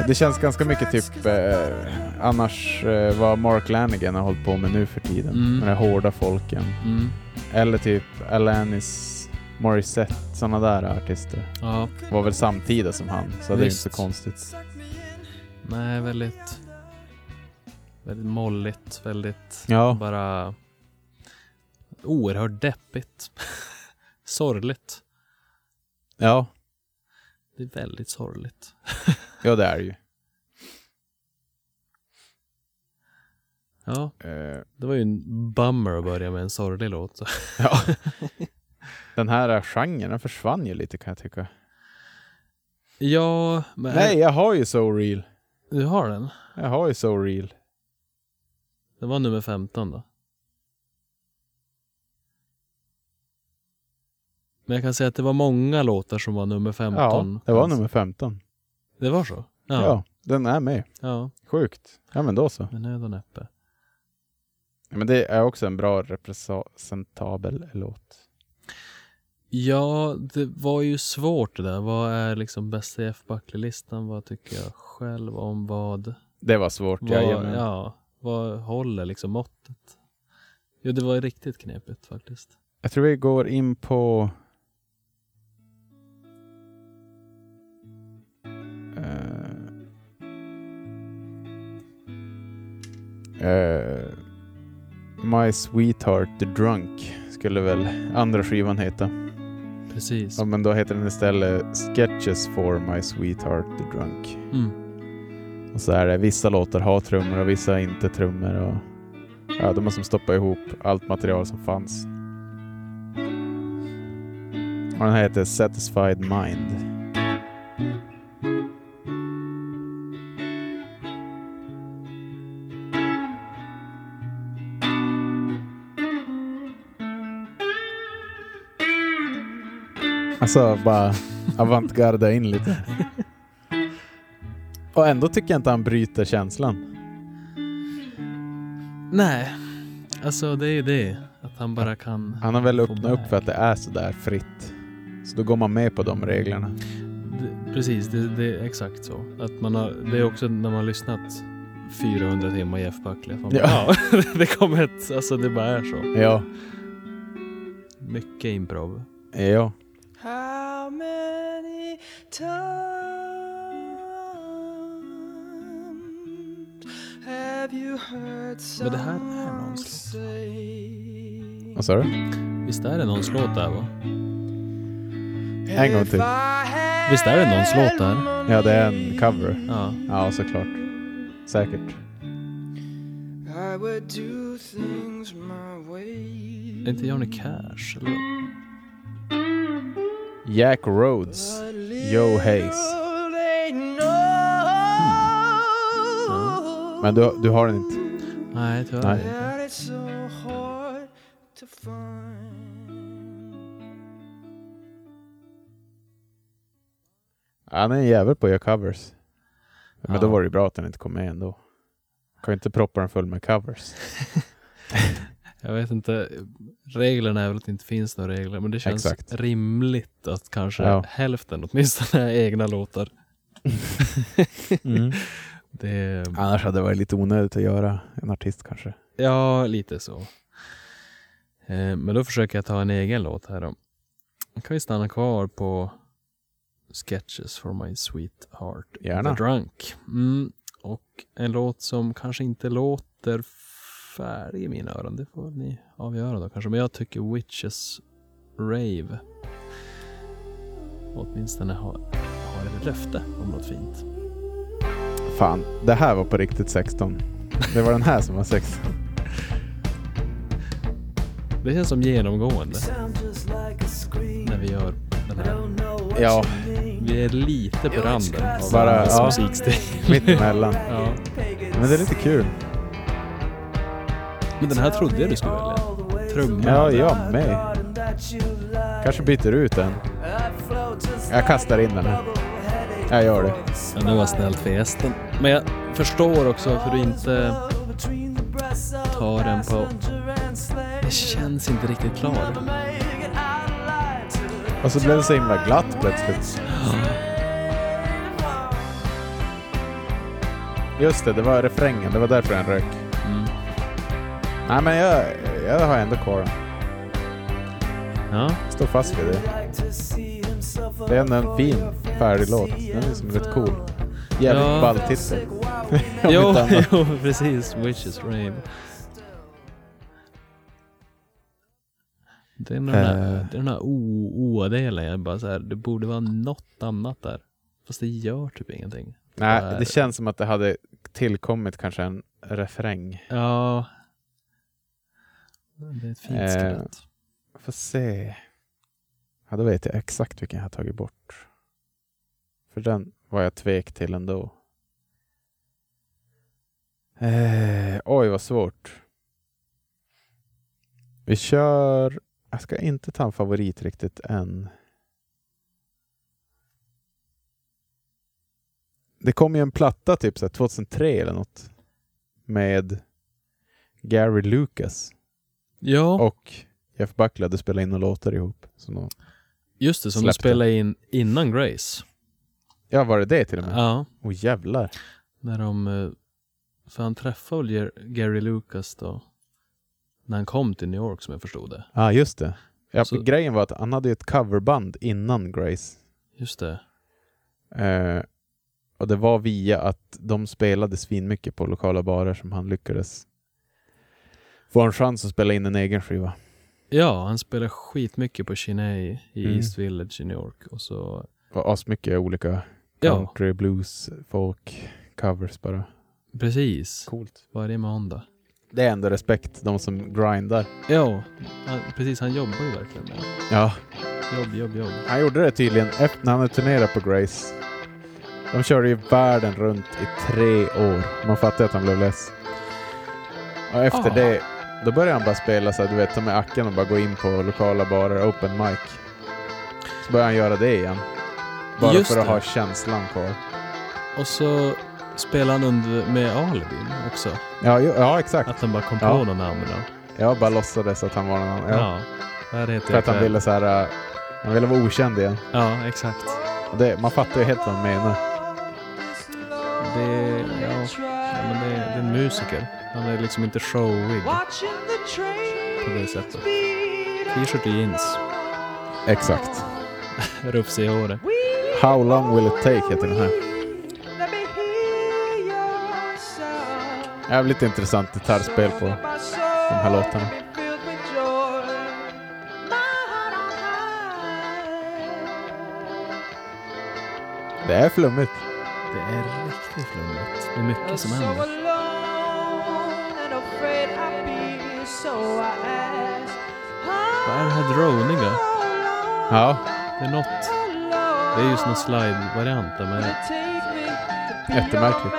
Speaker 1: Det känns ganska mycket typ eh, annars eh, vad Mark Lanigan har hållit på med nu för tiden.
Speaker 2: Mm.
Speaker 1: Med de här hårda folken.
Speaker 2: Mm.
Speaker 1: Eller typ Alanis Morissette, sådana där artister.
Speaker 2: Ja,
Speaker 1: Var väl samtida som han, så det är inte
Speaker 2: Visst.
Speaker 1: så konstigt.
Speaker 2: nej, väldigt... Väldigt molligt, väldigt...
Speaker 1: Ja,
Speaker 2: Bara... Oerhört deppigt. sorgligt.
Speaker 1: ja.
Speaker 2: Det är väldigt sorgligt.
Speaker 1: ja det är det ju.
Speaker 2: Ja,
Speaker 1: Eh,
Speaker 2: det var ju en bummer att börja med en sorglig låt.
Speaker 1: ja. Den här genren den försvann ju lite kan jag tycka.
Speaker 2: ja, men...
Speaker 1: Nej, jag har ju So Real.
Speaker 2: Du har den?
Speaker 1: Jag har ju So Real.
Speaker 2: Det var nummer 15 då. Men jag kan säga att det var många låtar som var nummer 15.
Speaker 1: Ja, det var nummer 15.
Speaker 2: Det var så?
Speaker 1: alltså. Ja,
Speaker 2: Ja.
Speaker 1: den är med.
Speaker 2: Ja,
Speaker 1: Sjukt. Ja, men då så.
Speaker 2: med nöd och näppe.
Speaker 1: Ja, men det är också en bra representabel låt.
Speaker 2: Ja, det var ju svårt det där. Vad är liksom bästa Jeff Buckley-listan? Vad tycker jag själv om vad?
Speaker 1: Det var svårt,
Speaker 2: vad
Speaker 1: jajamän.
Speaker 2: ja, vad håller liksom måttet? Jo, det var riktigt knepigt faktiskt.
Speaker 1: Jag tror vi går in på... Eh, eh, My Sweetheart The Drunk skulle väl andra skivan heta.
Speaker 2: Precis.
Speaker 1: Ja, men då heter den istället Sketches for My Sweetheart The Drunk.
Speaker 2: Mm.
Speaker 1: Och så är det vissa låtar har trummor och vissa inte trummor. Och, ja, de har som stoppat ihop allt material som fanns. Och den här heter Satisfied Mind. Alltså bara avantgarda in lite. Och ändå tycker jag inte han bryter känslan.
Speaker 2: Nej, alltså det är ju det. Att han bara kan...
Speaker 1: Han har väl
Speaker 2: få
Speaker 1: öppnat upp
Speaker 2: back.
Speaker 1: för att det är sådär fritt. Så då går man med på de reglerna.
Speaker 2: Det- Precis, det, det är exakt så. Att man har, det är också när man har lyssnat 400 timmar Jeff Buckley. Att man
Speaker 1: Ja.
Speaker 2: bara, ja. det kommer ett, alltså det bara är så.
Speaker 1: Ja,
Speaker 2: Mycket improv.
Speaker 1: ja.
Speaker 3: How many times have you heard
Speaker 2: Men det här är
Speaker 3: someone
Speaker 2: någons låt.
Speaker 3: say?
Speaker 1: Vad sa du?
Speaker 2: Visst är det någons låt där va?
Speaker 1: En gång till.
Speaker 2: Visst är det någons låt där?
Speaker 1: Ja, det är en cover.
Speaker 2: Ja.
Speaker 1: Ja, såklart. Säkert.
Speaker 3: I would do things my way.
Speaker 2: Är inte Johnny Cash eller?
Speaker 1: Jack Rhodes. Joe Hayes.
Speaker 3: Little they know
Speaker 1: Men du, du har den inte?
Speaker 2: Nej, tyvärr
Speaker 1: Nej.
Speaker 2: inte.
Speaker 3: that it's so hard to find.
Speaker 1: Han är en jävel på att göra covers. Men då
Speaker 2: Ja.
Speaker 1: var det ju bra att den inte kom med ändå. Kan ju inte proppa den full med covers.
Speaker 2: Jag vet inte. Reglerna är väl att det inte finns några regler, men det känns
Speaker 1: Exakt.
Speaker 2: rimligt att kanske
Speaker 1: Ja.
Speaker 2: hälften åtminstone är egna låtar.
Speaker 1: Mm.
Speaker 2: Det,
Speaker 1: Annars hade det varit lite onödigt att göra en artist kanske.
Speaker 2: ja, lite så. Eh, men då försöker jag ta en egen låt här då. Jag kan ju stanna kvar på Sketches for my sweetheart.
Speaker 1: Gärna.
Speaker 2: The Drunk. Mm, och en låt som kanske inte låter färdig i mina öron. Det får ni avgöra då kanske. Men jag tycker Witches Rave åtminstone har, har ett löfte om något fint.
Speaker 1: Fan, det här var på riktigt 16. Det var den här som var 16.
Speaker 2: Det känns som genomgående
Speaker 3: Sound just like a scream.
Speaker 2: när vi gör den här.
Speaker 3: Don't know what
Speaker 1: Ja.
Speaker 3: you mean.
Speaker 2: Vi är lite på randen av
Speaker 1: Bara,
Speaker 2: varandras
Speaker 1: ja.
Speaker 2: musikstil.
Speaker 1: Mitt emellan.
Speaker 2: Ja.
Speaker 1: Men det är lite kul.
Speaker 2: Men den här trodde jag du skulle välja. Trummor.
Speaker 1: Ja, jag med. Kanske byter ut den. Jag kastar in den här. Jag gör det.
Speaker 2: Ja, det var snällt för gästen. Men jag förstår också varför du inte tar den på... Det känns inte riktigt klar.
Speaker 1: Och så blev det så himla glatt plötsligt.
Speaker 2: Ah.
Speaker 1: Just det, det var refrängen. Det var därför den rök.
Speaker 2: Mm.
Speaker 1: Nej, men jag, jag har ändå kvar den.
Speaker 2: Ja,
Speaker 1: Står fast vid det. Det är ändå en fin, färdig låt. Den är liksom rätt cool. Jävligt
Speaker 2: Ja.
Speaker 1: ball titel. Om
Speaker 2: jo,
Speaker 1: inte annat.
Speaker 2: jo, precis. Witches Rave. Det är den här,
Speaker 1: Eh.
Speaker 2: det är den här o- oa-delen. Jag är bara så här, det borde vara något annat där. Fast det gör typ ingenting.
Speaker 1: Nej,
Speaker 2: Där.
Speaker 1: det känns som att det hade tillkommit kanske en refräng.
Speaker 2: Ja. Det är ett fint
Speaker 1: Eh.
Speaker 2: skelett.
Speaker 1: Får se. Ja, då vet jag exakt vilken jag har tagit bort. För den var jag tvek till ändå. Eh, oj, vad svårt. Vi kör... Jag ska inte ta en favorit riktigt än. Det kom ju en platta typ så här 2003 eller något med Gary Lucas
Speaker 2: Ja,
Speaker 1: och Jeff Buckley hade spelat in några låtar ihop. Så nå-
Speaker 2: just det. Som
Speaker 1: släppte.
Speaker 2: du spelade in innan Grace.
Speaker 1: Mm. Ja, var det det till och med?
Speaker 2: Ja,
Speaker 1: Åh jävlar.
Speaker 2: när de eh, För han träffade väl Ger- Gary Lucas då när han kom till New York som jag förstod det.
Speaker 1: Ja, just det. Ja,
Speaker 2: Så-
Speaker 1: Grejen var att han hade ju ett coverband innan Grace.
Speaker 2: Just det.
Speaker 1: Eh, och det var via att de spelade svinmycket på lokala barer som han lyckades få en chans att spela in en egen skiva.
Speaker 2: Ja, han spelar skitmycket på Chiney i
Speaker 1: Mm.
Speaker 2: East Village i New York. Och så,
Speaker 1: Och asmycket olika
Speaker 2: ja,
Speaker 1: country, blues, folk, covers bara.
Speaker 2: precis.
Speaker 1: Coolt.
Speaker 2: Varje måndag.
Speaker 1: Det är ändå respekt, de som grindar.
Speaker 2: Ja, han, precis. Han jobbar ju verkligen med det.
Speaker 1: Ja,
Speaker 2: Jobb, jobb, jobb.
Speaker 1: han gjorde det tydligen efter när han hade turnerat på Grace. De körde ju världen runt i tre år. Man fattar att han blev less. Och efter
Speaker 2: Ah.
Speaker 1: det, då började han bara spela så här, du vet, ta med acken och bara gå in på lokala barer, open mic. Så började han göra det igen. Bara
Speaker 2: Just
Speaker 1: för att
Speaker 2: det.
Speaker 1: ha känslan kvar.
Speaker 2: Och så spelar han under med Albin också.
Speaker 1: Ja, ju- ja exakt.
Speaker 2: Att han bara kom på
Speaker 1: Ja.
Speaker 2: de namnen. Ja.
Speaker 1: Jag bara låtsades att han var någon annan. Ja.
Speaker 2: ja. Där heter
Speaker 1: För att han
Speaker 2: jag-
Speaker 1: ville så här, äh, han ville vara okänd igen.
Speaker 2: Ja, exakt.
Speaker 1: Och Det, man fattar ju helt vad han menar.
Speaker 2: Det, er- ja. Ja, men det, det är en musiker. Han är liksom inte showig på det sättet. T-shirt och jeans.
Speaker 1: Exakt.
Speaker 2: Rufsig i håret.
Speaker 1: How long will it take heter den här. Jävligt intressant gitarrspel på de här låtarna. Det är flummigt.
Speaker 2: Det är riktigt flummigt. Det är mycket som händer. Vad är det här droniga?
Speaker 1: Ja,
Speaker 2: Det är något. Det är just någon slide-variant där med...
Speaker 1: jättemärkligt.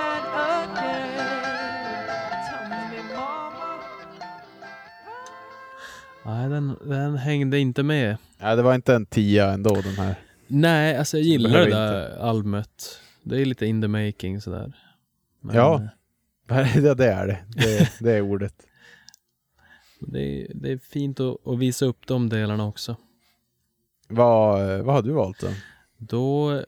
Speaker 2: Nej, den, den hängde inte med.
Speaker 1: Ja, det var inte en tia ändå den här.
Speaker 2: Nej, alltså jag
Speaker 1: Så
Speaker 2: gillar det
Speaker 1: behöver
Speaker 2: där albumet. Det är lite in the making sådär. Men,
Speaker 1: Ja.
Speaker 2: eh,
Speaker 1: Ja, det är det. Det, det är ordet.
Speaker 2: Det är, det är fint att, att visa upp de delarna också.
Speaker 1: Vad, eh, vad har du valt då?
Speaker 2: Då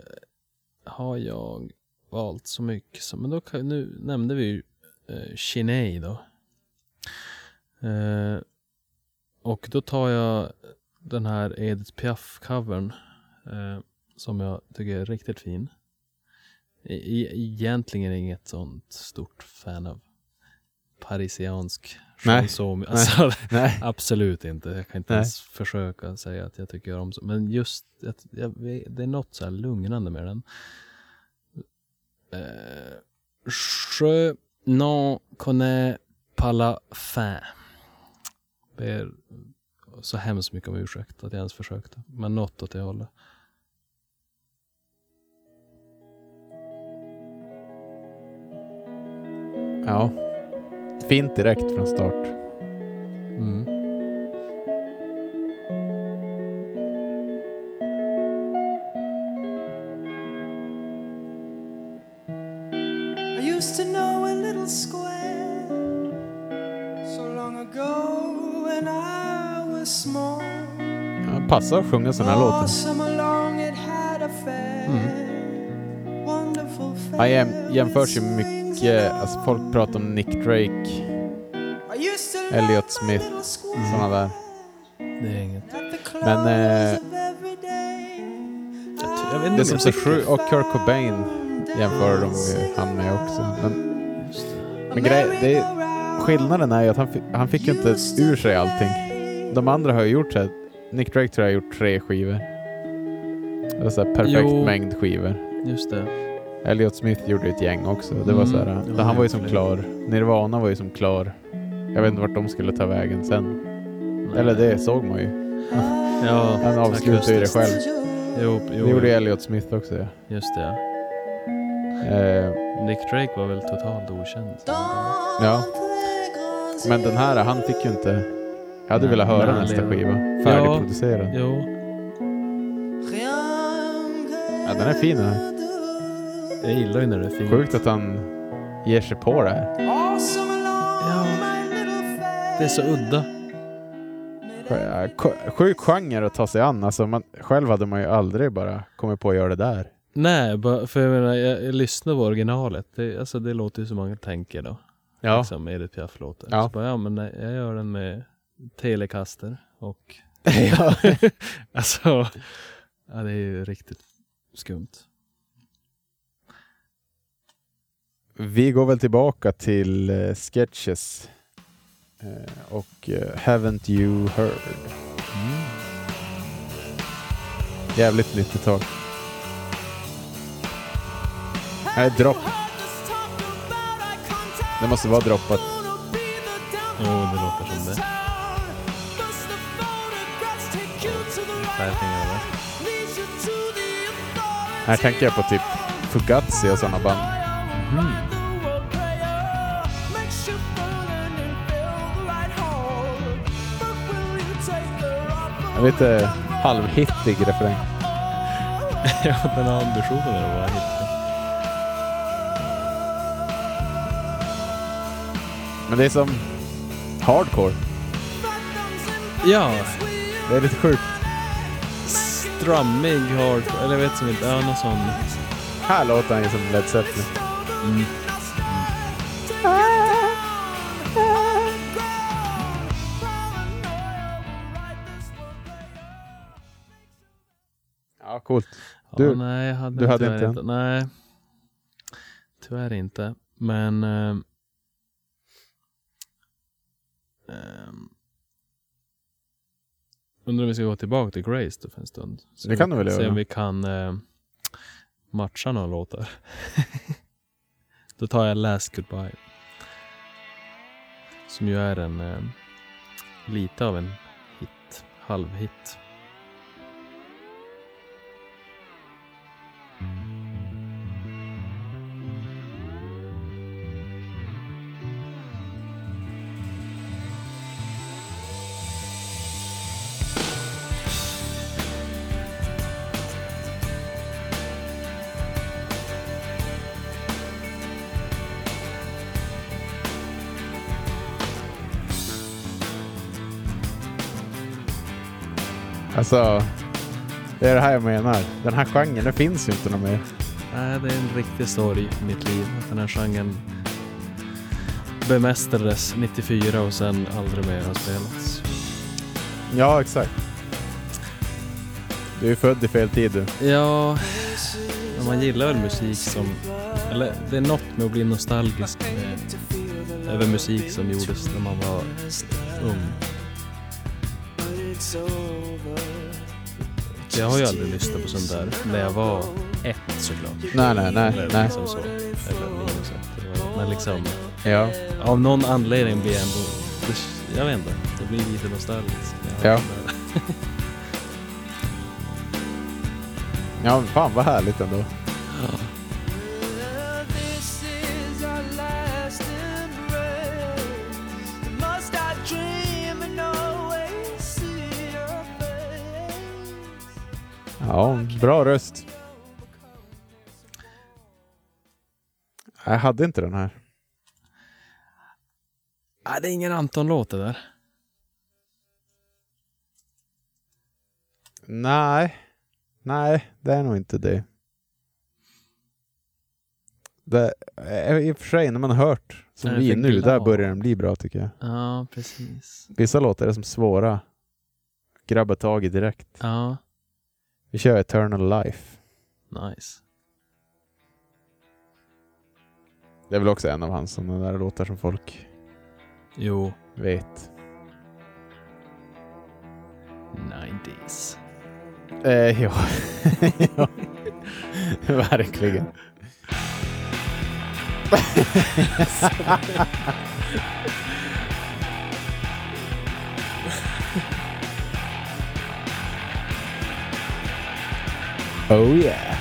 Speaker 2: har jag valt så mycket som, men då kan, nu nämnde vi ju eh, Chiney då. Eh, och då tar jag den här Edith Piaf-covern eh, som jag tycker är riktigt fin. E- e- egentligen är jag inget sånt stort fan av parisiansk
Speaker 1: Nej.
Speaker 2: chanson. Alltså,
Speaker 1: Nej.
Speaker 2: Absolut inte. Jag kan inte
Speaker 1: Nej.
Speaker 2: ens försöka säga att jag tycker om så. Men just att jag, vet- det är något så här lugnande med den. Eh, je n'en connais pas la fin. Ber så hemskt mycket om ursäkt att jag ens försökte. Men något åt det hållet.
Speaker 1: Ja. Fint direkt från start.
Speaker 2: Mm.
Speaker 3: I used to know a little square so long ago when I was small.
Speaker 1: Ja, passa att sjunga sån här
Speaker 3: All
Speaker 1: låt.
Speaker 3: summer long it had a fair, wonderful fair.
Speaker 1: Han jäm, jämförs ju mycket, alltså folk pratar om Nick Drake,
Speaker 3: I used to love
Speaker 1: Elliot
Speaker 3: my
Speaker 1: Smith,
Speaker 3: little square
Speaker 1: sådana där.
Speaker 2: Det är inget.
Speaker 3: at the
Speaker 1: Men eh,
Speaker 3: close of every day.
Speaker 2: Jag, ty- jag vet
Speaker 1: det
Speaker 2: inte
Speaker 1: som
Speaker 2: om
Speaker 1: så
Speaker 2: jag
Speaker 1: sjukt, och Kurt Cobain jämför de ju han med också. Men, men grej, det är, skillnaden är ju att han, fi- han fick ju inte ur sig allting. De andra har ju gjort så här, Nick Drake tror jag har gjort tre skivor. Det var så här perfekt
Speaker 2: Jo.
Speaker 1: mängd skivor.
Speaker 2: Just det.
Speaker 1: Elliot Smith gjorde ett gäng också. Det var så här,
Speaker 2: Mm,
Speaker 1: han var ju som
Speaker 2: verkligen.
Speaker 1: klar. Nirvana var ju som klar. Jag vet inte vart de skulle ta vägen sen. Eller det såg man ju.
Speaker 2: Ja,
Speaker 1: Han avslutade ju det själv.
Speaker 2: Jo, jo,
Speaker 1: Det gjorde Elliot Smith också. Ja.
Speaker 2: Just det. ja.
Speaker 1: Eh,
Speaker 2: Nick Drake var väl totalt okänd.
Speaker 1: Ja. Men den här, han fick ju inte... Jag hade
Speaker 2: Nej,
Speaker 1: velat höra
Speaker 2: nej,
Speaker 1: nästa
Speaker 2: det-
Speaker 1: skiva. Färdigproducerad. Ja.
Speaker 2: Jo,
Speaker 3: Ah,
Speaker 1: den är fin den här.
Speaker 3: Eh.
Speaker 2: jag gillar ju när det är fint.
Speaker 1: Sjukt att han ger sig på det här.
Speaker 2: Ja. Det är så udda.
Speaker 1: Sj- ko- Sjuk genre att ta sig an. Alltså man, själv hade man ju aldrig bara kommit på att göra det där.
Speaker 2: Nej, bara- för jag menar, jag, jag lyssnar på originalet. Det, alltså, det låter ju som man tänker då.
Speaker 1: Ja.
Speaker 2: liksom Edith Piaf-låtar.
Speaker 1: Ja.
Speaker 2: Så bara, ja men nej, jag gör den med telekaster och
Speaker 1: ja.
Speaker 2: alltså, ja, det är ju riktigt skumt.
Speaker 1: Vi går väl tillbaka till eh, Sketches eh, och eh, Haven't You Heard. Mm. Jävligt 90-tal. Nej, dropp. Det måste vara droppat.
Speaker 2: Jo, det låter som det. Verkligen gör det.
Speaker 1: Här tänker jag på typ Fugazi och sådana band.
Speaker 2: Mm.
Speaker 1: En lite halvhittig refräng.
Speaker 2: ja, den har ambitionen att vara hit.
Speaker 1: Men det är som hardcore.
Speaker 2: Ja,
Speaker 1: Det är lite sjukt.
Speaker 2: strummig hardcore, eller jag vet som inte, ja någon sån.
Speaker 1: Här låter han ju som Led Zeppelin. Ja, coolt. Du-
Speaker 2: ja, nej, jag hade
Speaker 1: du hade
Speaker 2: tyvärr
Speaker 1: inte en?
Speaker 2: Nej, tyvärr inte. Men... ehm, ehm, undrar om vi ska gå tillbaka till Grace då för en stund. Se
Speaker 1: Det
Speaker 2: om
Speaker 1: kan
Speaker 2: vi-
Speaker 1: du väl
Speaker 2: Se
Speaker 1: göra.
Speaker 2: om vi kan ehm, matcha några låtar. då tar jag Last Goodbye. Som ju är en ehm, lite av en hit, halvhit.
Speaker 1: Alltså, det är det här jag menar. Den här genren, den finns ju inte någon mer.
Speaker 2: Nej, det är en riktig sorg i mitt liv att den här genren bemästrades 94 och sen aldrig mer har spelats.
Speaker 1: Ja, exakt. Du är född i fel tid du.
Speaker 2: Ja, men man gillar väl musik som... Eller det är något med att bli nostalgisk med- över musik som gjordes när man var ung. Jag har ju aldrig lyssnat på sånt där när jag var ett såklart.
Speaker 1: Nej, nej, nej,
Speaker 2: Eller
Speaker 1: nej.
Speaker 2: liksom så. Eller nio och sånt. Men liksom...
Speaker 1: Ja,
Speaker 2: Av någon anledning blir jag ändå... det- Jag vet inte. Det blir lite nostalgiskt. när jag
Speaker 1: Ja.
Speaker 2: hör det där.
Speaker 1: ja fan vad härligt ändå. Ja, bra röst. Jag hade inte den här.
Speaker 2: Nej, det är ingen Anton-låt det där.
Speaker 1: Nej, nej, det är nog inte det. det eh, I och för sig, när man har hört som
Speaker 2: Nej,
Speaker 1: vi
Speaker 2: det är
Speaker 1: nu, där
Speaker 2: glad.
Speaker 1: börjar den bli bra tycker jag.
Speaker 2: Ja, precis.
Speaker 1: Vissa låtar är som svåra. Grabba tag i direkt.
Speaker 2: Ja,
Speaker 1: Vi kör Eternal Life.
Speaker 2: nice.
Speaker 1: Det är väl också en av hans sådana där låtar som folk
Speaker 2: Jo,
Speaker 1: vet.
Speaker 2: 90s.
Speaker 1: Eh, ja. ja. Verkligen. oh yeah.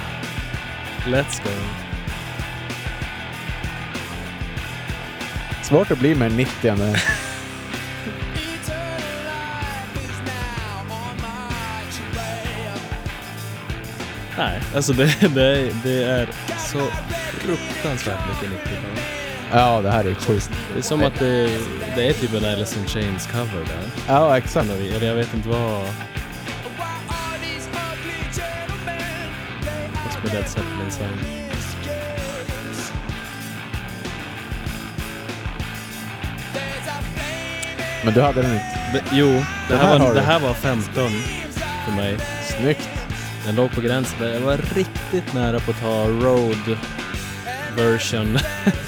Speaker 2: Let's go.
Speaker 1: Svårt att bli med 90 men
Speaker 2: Nej, alltså det, det, är, det är så fruktansvärt mycket 90-tal.
Speaker 1: ja, det här är sjukt.
Speaker 2: Det är som att det, det är typ en Alice in Chains cover där.
Speaker 1: Ja, exakt.
Speaker 2: Eller jag vet inte vad... Fast med Led Zeppelin-sound.
Speaker 1: Men du hade den inte.
Speaker 2: Det, jo, det,
Speaker 1: här
Speaker 2: här
Speaker 1: har
Speaker 2: var, det
Speaker 1: du.
Speaker 2: här var 15 för mig.
Speaker 1: Snyggt!
Speaker 2: Den låg på gränsen. där. Jag var riktigt nära på att ta road version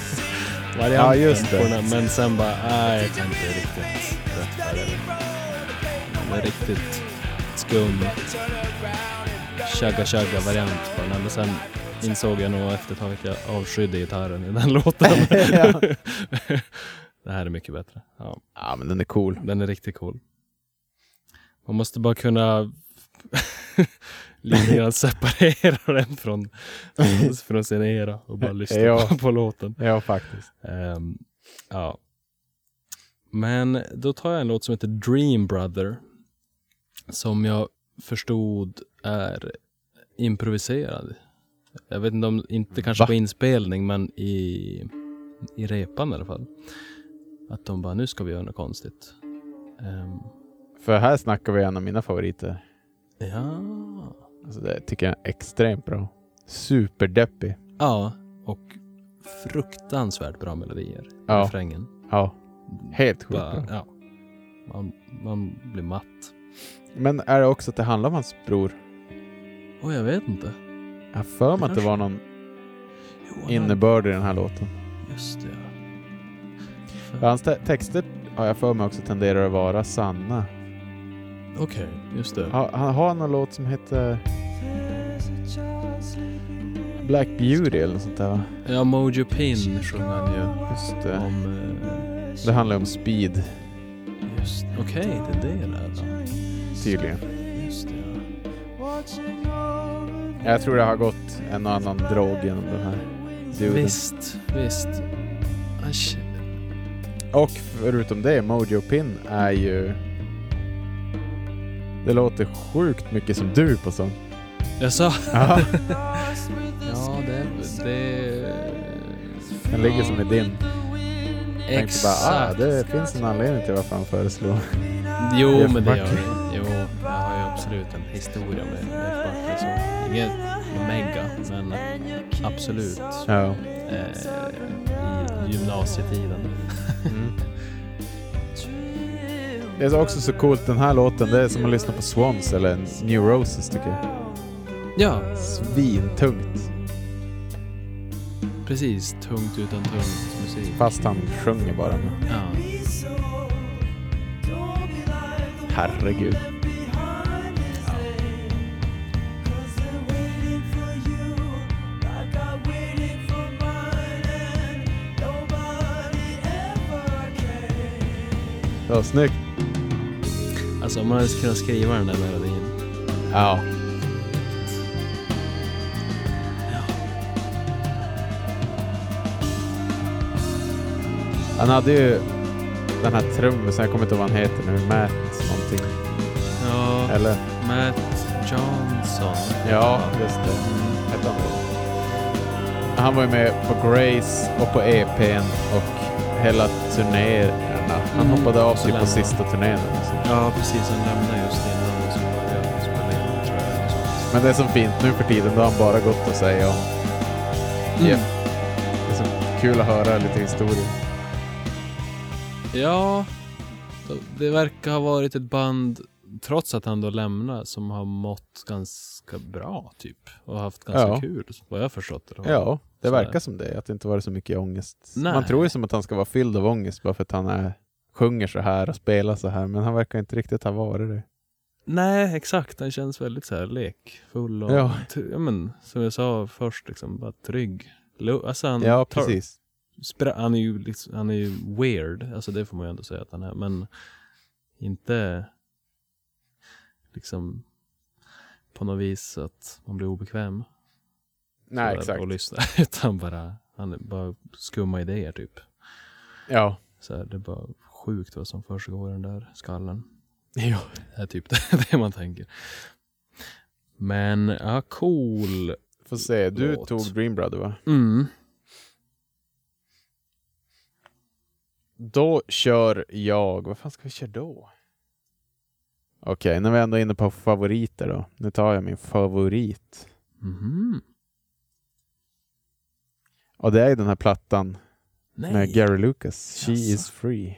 Speaker 2: varianten
Speaker 1: Ja, just det.
Speaker 2: på den här, men sen bara, nej, jag kan inte riktigt rättfärdiga det. Den var riktigt skum chugga chugga variant på den här, men sen insåg jag nog efter ett tag att jag avskydde gitarren i den låten. det här är mycket bättre. Ja.
Speaker 1: Ja, men den är cool.
Speaker 2: Den är riktigt cool. Man måste bara kunna lite grann separera den från, från- från sin era och bara lyssna
Speaker 1: Ja.
Speaker 2: på, på låten.
Speaker 1: Ja, faktiskt.
Speaker 2: Ehm, ja. Men då tar jag en låt som heter Dream Brother som jag förstod är improviserad. Jag vet inte om, inte kanske
Speaker 1: Va?
Speaker 2: på inspelning, men i, i repan i alla fall. Att de bara, nu ska vi göra något konstigt. Ehm,
Speaker 1: För här snackar vi en av mina favoriter.
Speaker 2: ja.
Speaker 1: Alltså, det tycker jag är extremt bra. Superdeppig.
Speaker 2: ja, och fruktansvärt bra melodier i
Speaker 1: Ja.
Speaker 2: refrängen.
Speaker 1: Ja. Helt sjukt
Speaker 2: Bara,
Speaker 1: bra.
Speaker 2: ja. man, man blir matt.
Speaker 1: Men är det också att det handlar om hans bror?
Speaker 2: Och jag vet inte.
Speaker 1: Jag har för mig att det var någon
Speaker 2: Johan,
Speaker 1: innebörd i den här låten.
Speaker 2: Just det, ja.
Speaker 1: Ja, Hans te- texter har jag för mig också tenderar att vara sanna.
Speaker 2: Okej, just det.
Speaker 1: Ha- Han har någon låt som heter Black Beauty eller något sånt där va?
Speaker 2: Ja, Mojo Pin sjöng han ju
Speaker 1: Just det.
Speaker 2: om... eh,
Speaker 1: Det handlar om speed
Speaker 2: Just det. Okej, det är det där då.
Speaker 1: tydligen.
Speaker 2: Just det, ja.
Speaker 1: Jag tror det har gått en och annan drog genom den här duden.
Speaker 2: Visst, visst. Asch.
Speaker 1: Och förutom det, Mojo Pin är ju... Det låter sjukt mycket som du på sång.
Speaker 2: Jag sa...
Speaker 1: Ja,
Speaker 2: Ja, det... det...
Speaker 1: den ligger som i din. Jag tänkte bara, ah,
Speaker 2: Exakt.
Speaker 1: det finns en anledning till varför han föreslår.
Speaker 2: Jo,
Speaker 1: Jeff
Speaker 2: men det gör
Speaker 1: Buckley.
Speaker 2: det. Jo, jag har ju absolut en historia med Jeff Buckley. Så. Inget mega, men absolut.
Speaker 1: Ja.
Speaker 2: Eh, I gymnasietiden.
Speaker 1: Mm. Det är också så coolt, den här låten, det är som att lyssna på Swans eller New Roses tycker jag.
Speaker 2: Ja,
Speaker 1: Svintungt.
Speaker 2: precis. Tungt utan tungt musik.
Speaker 1: Fast han sjunger bara. men
Speaker 2: Ja.
Speaker 1: Herregud. Det var snyggt.
Speaker 2: Alltså om man hade kunnat skriva den där melodin.
Speaker 1: Ja. Han hade ju den här trummisen, jag kommer inte ihåg vad han heter nu, Matt någonting.
Speaker 2: Ja,
Speaker 1: Eller?
Speaker 2: Matt Johnson.
Speaker 1: Ja, just det. Hette han det? Han var ju med på Grace och på EPn och hela turnéerna. Han
Speaker 2: Mm,
Speaker 1: hoppade av
Speaker 2: så
Speaker 1: sig på
Speaker 2: lämnade.
Speaker 1: sista turnén. liksom.
Speaker 2: Ja, precis. Han lämnade just innan och så började jag spela in, tror jag. eller sånt.
Speaker 1: Men det är som fint nu för tiden, då har han bara gått och säga om Jeff. Det är så kul att höra lite historia.
Speaker 2: Ja, det verkar ha varit ett band, trots att han då lämnar, som har mått ganska bra typ. Och haft ganska
Speaker 1: Ja.
Speaker 2: kul, vad jag har förstått det.
Speaker 1: Ja, det
Speaker 2: Sådär.
Speaker 1: verkar som det. Att det inte varit så mycket ångest.
Speaker 2: Nej.
Speaker 1: Man tror ju som att han ska vara fylld av ångest bara för att han är, sjunger så här och spelar så här. Men han verkar inte riktigt ha varit det.
Speaker 2: Nej, exakt. Den känns väldigt så här lekfull och,
Speaker 1: Ja.
Speaker 2: ty- ja, men, som jag sa först, liksom, bara trygg. Lo- Alltså, han,
Speaker 1: Ja,
Speaker 2: tar-
Speaker 1: precis.
Speaker 2: spra- han, är ju liksom, han är ju weird, alltså det får man ju ändå säga att han är, men inte liksom på något vis att man blir obekväm
Speaker 1: Nej,
Speaker 2: sådär
Speaker 1: exakt.
Speaker 2: och lyssna, utan bara, han är bara skumma idéer typ.
Speaker 1: Ja.
Speaker 2: Så här, det är bara sjukt vad som försiggår i den där skallen.
Speaker 1: ja.
Speaker 2: Det är typ det, det man tänker. Men, ja, cool.
Speaker 1: Får se, du
Speaker 2: Låt.
Speaker 1: tog Dream Brother va?
Speaker 2: Mm.
Speaker 1: Då kör jag, vad fan ska vi köra då? Okej, när vi ändå är inne på favoriter då. Nu tar jag min favorit.
Speaker 2: Mhm.
Speaker 1: Och det är ju den här plattan
Speaker 2: Nej.
Speaker 1: med Gary Lucas, She
Speaker 2: Jaså.
Speaker 1: is free.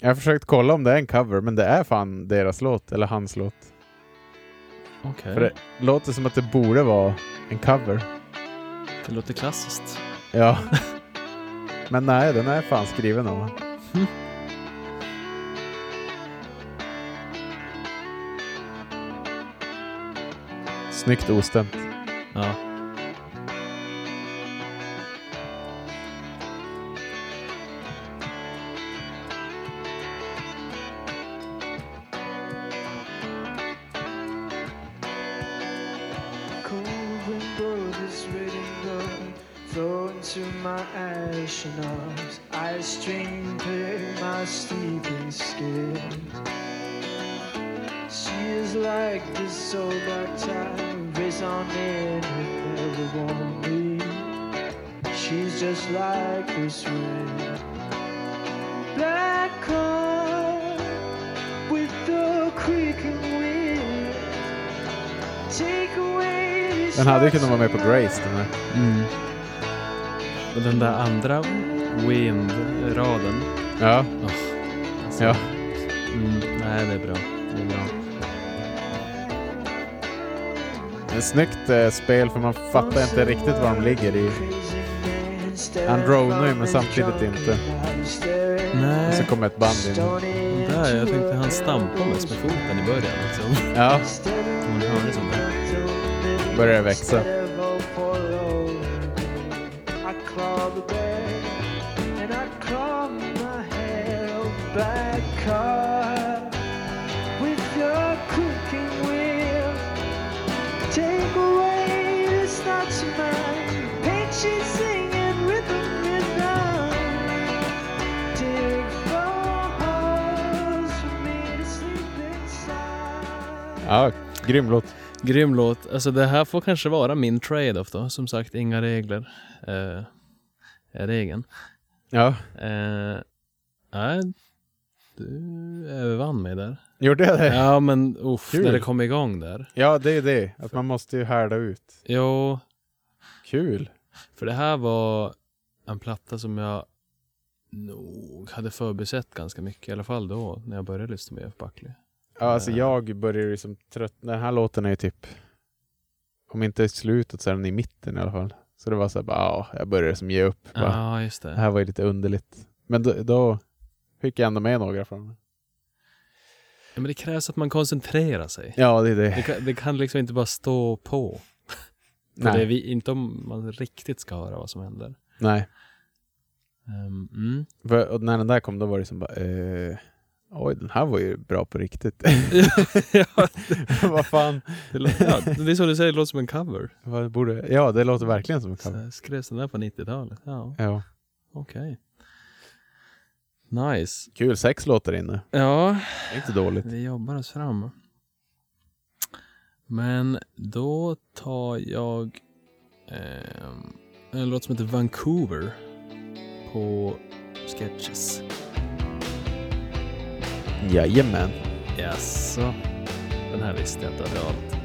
Speaker 1: Jag har försökt kolla om det är en cover, men det är fan deras låt, eller hans låt.
Speaker 2: Okej,
Speaker 1: För det låter som att det borde vara en cover.
Speaker 2: det låter klassiskt.
Speaker 1: Ja. Men nej, den är fan skriven av honom. Snyggt ostämt.
Speaker 2: Ja,
Speaker 3: Cold wind blows this raining blood Flow into my ashen arms I string pick my sleeping scales She is like the soul black tide Race on in her ever warm She's just like this wind Black car with the creaking wind Take away this
Speaker 1: Den hade ju kunnat vara med på Grace den här.
Speaker 2: och den där andra Wind-raden.
Speaker 1: Ja,
Speaker 2: Åh, alltså.
Speaker 1: ja.
Speaker 2: Mm, nej, det är bra. Det är bra.
Speaker 1: Ett snyggt eh, spel för man fattar inte riktigt var de ligger i. Han dronar ju men samtidigt inte. Och så
Speaker 2: Nej,
Speaker 1: kommer ett band in.
Speaker 2: där, jag tänkte han stampades med foten i början. Liksom.
Speaker 1: Ja,
Speaker 2: Man hörde som det.
Speaker 1: börjar det växa.
Speaker 3: Take away this not to mine. Paint she's singing rhythm rhythm. Dig for holes for me to sleep inside.
Speaker 1: Ja, grym låt.
Speaker 2: Grym låt. Alltså det här får kanske vara min trade-off då. Som sagt, inga regler. Eh, är regeln.
Speaker 1: Ja,
Speaker 2: Eh, nej, du övervann mig där.
Speaker 1: gjorde jag det?
Speaker 2: Ja, men uff,
Speaker 1: Kul.
Speaker 2: när det kom igång där.
Speaker 1: Ja, det är det. Att man måste ju härda ut.
Speaker 2: Jo,
Speaker 1: Kul.
Speaker 2: för det här var en platta som jag nog hade förbisett ganska mycket. I alla fall då, när jag började lyssna med Jeff Buckley.
Speaker 1: Ja, alltså jag börjar ju som trött. Den här låten är ju typ, om inte i slutet så är den i mitten i alla fall. Så det var så här, bara, ja, jag började som ge upp.
Speaker 2: Ja,
Speaker 1: Bara,
Speaker 2: just det.
Speaker 1: Det här var ju lite underligt. Men då, då fick jag ändå med några från den.
Speaker 2: Ja, men det krävs att man koncentrerar sig.
Speaker 1: Ja, det är det.
Speaker 2: Det, kan, det kan liksom inte bara stå på. För
Speaker 1: Nej.
Speaker 2: det är vi, inte om man riktigt ska höra vad som händer.
Speaker 1: Nej.
Speaker 2: Ehm, mm.
Speaker 1: För, och när den där kom då var det som bara, eh, oj, den här var ju bra på riktigt.
Speaker 2: ja,
Speaker 1: Vad fan.
Speaker 2: det, låter, ja, det är som du säger, det låter som en cover.
Speaker 1: Vad borde, ja, det låter verkligen som en
Speaker 2: Så
Speaker 1: cover.
Speaker 2: här skrevs den där på 90-talet? Ja,
Speaker 1: Ja.
Speaker 2: okej. Nice.
Speaker 1: Kul, sex låtar inne.
Speaker 2: Ja,
Speaker 1: Det är Inte dåligt.
Speaker 2: vi jobbar oss fram. Men då tar jag ehm, en låt som heter Vancouver på Sketches.
Speaker 1: Jajamän.
Speaker 2: Jaså? Den här visste jag inte att jag valt.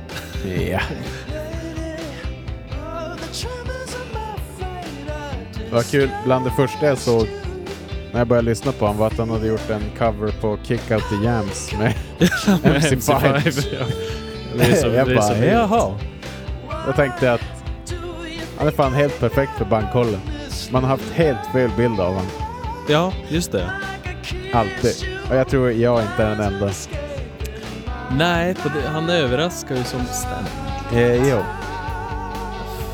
Speaker 1: Ja. Vad kul, bland det första jag såg när jag började lyssna på honom var att han hade gjort en cover på Kick Out The Jams med MC5.
Speaker 2: ja. Det är så,
Speaker 1: jag
Speaker 2: det är så
Speaker 1: bara,
Speaker 2: roligt.
Speaker 1: jaha. Då tänkte jag att han är fan helt perfekt för bankkollen. Man har haft helt fel bild av honom,
Speaker 2: Ja, just det.
Speaker 1: alltid. Och jag tror jag inte är den enda.
Speaker 2: Nej, på det, han överraskar ju som ständigt.
Speaker 1: Eh, jo.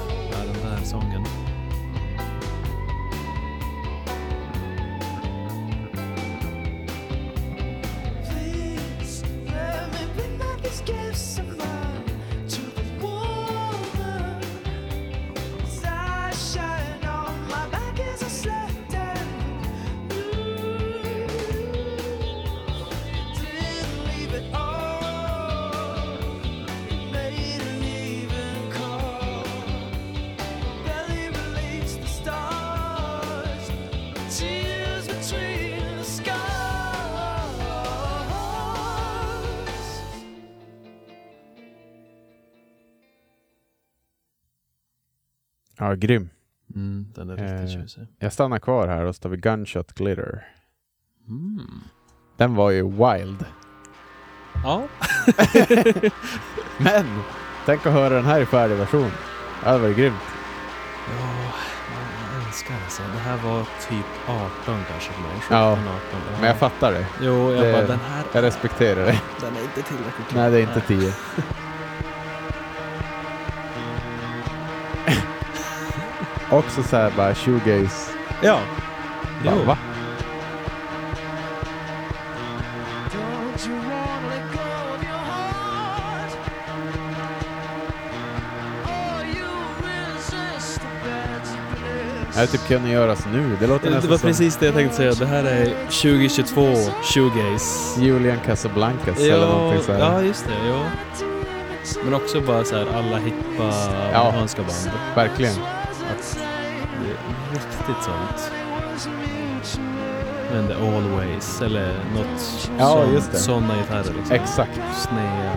Speaker 2: Ja, den där sången.
Speaker 3: Stars Tears between the scars.
Speaker 1: Ja, grym.
Speaker 2: Mm, den är riktigt
Speaker 1: Eh.
Speaker 2: tjusig.
Speaker 1: Jag stannar kvar här och så tar vi Gunshot Glitter.
Speaker 2: Mm.
Speaker 1: Den var ju wild.
Speaker 2: Ja,
Speaker 1: Men! Tänk att höra den här i färdig version. Ja, det var ju grymt.
Speaker 2: Ja, jag älskar alltså. Det här var typ 18 kanske för mig. 17,
Speaker 1: Ja,
Speaker 2: 18.
Speaker 1: Men jag fattar dig.
Speaker 2: Jo, jag
Speaker 1: det-
Speaker 2: bara den här
Speaker 1: Jag respekterar dig.
Speaker 2: den är inte tillräckligt
Speaker 1: Nej, det är inte tio. Också så här bara shoegaze.
Speaker 2: Ja. Jo.
Speaker 1: Bara, va?
Speaker 3: Don't you wanna let go of your heart? Oh, you resist the bad
Speaker 1: Det här typ kunde göras nu. Det låter
Speaker 2: Det
Speaker 1: nästan
Speaker 2: var
Speaker 1: som
Speaker 2: precis det jag tänkte säga. Det här är 2022 shoegaze.
Speaker 1: Julian Casablancas eller någonting så här.
Speaker 2: ja, just det. Ja. Men också bara så här alla hippa amerikanska band.
Speaker 1: Verkligen.
Speaker 2: Det är riktigt sånt. Men det är Always eller något
Speaker 1: Ja,
Speaker 2: sån,
Speaker 1: just det.
Speaker 2: såna gitarrer liksom.
Speaker 1: Exakt.
Speaker 2: Snea.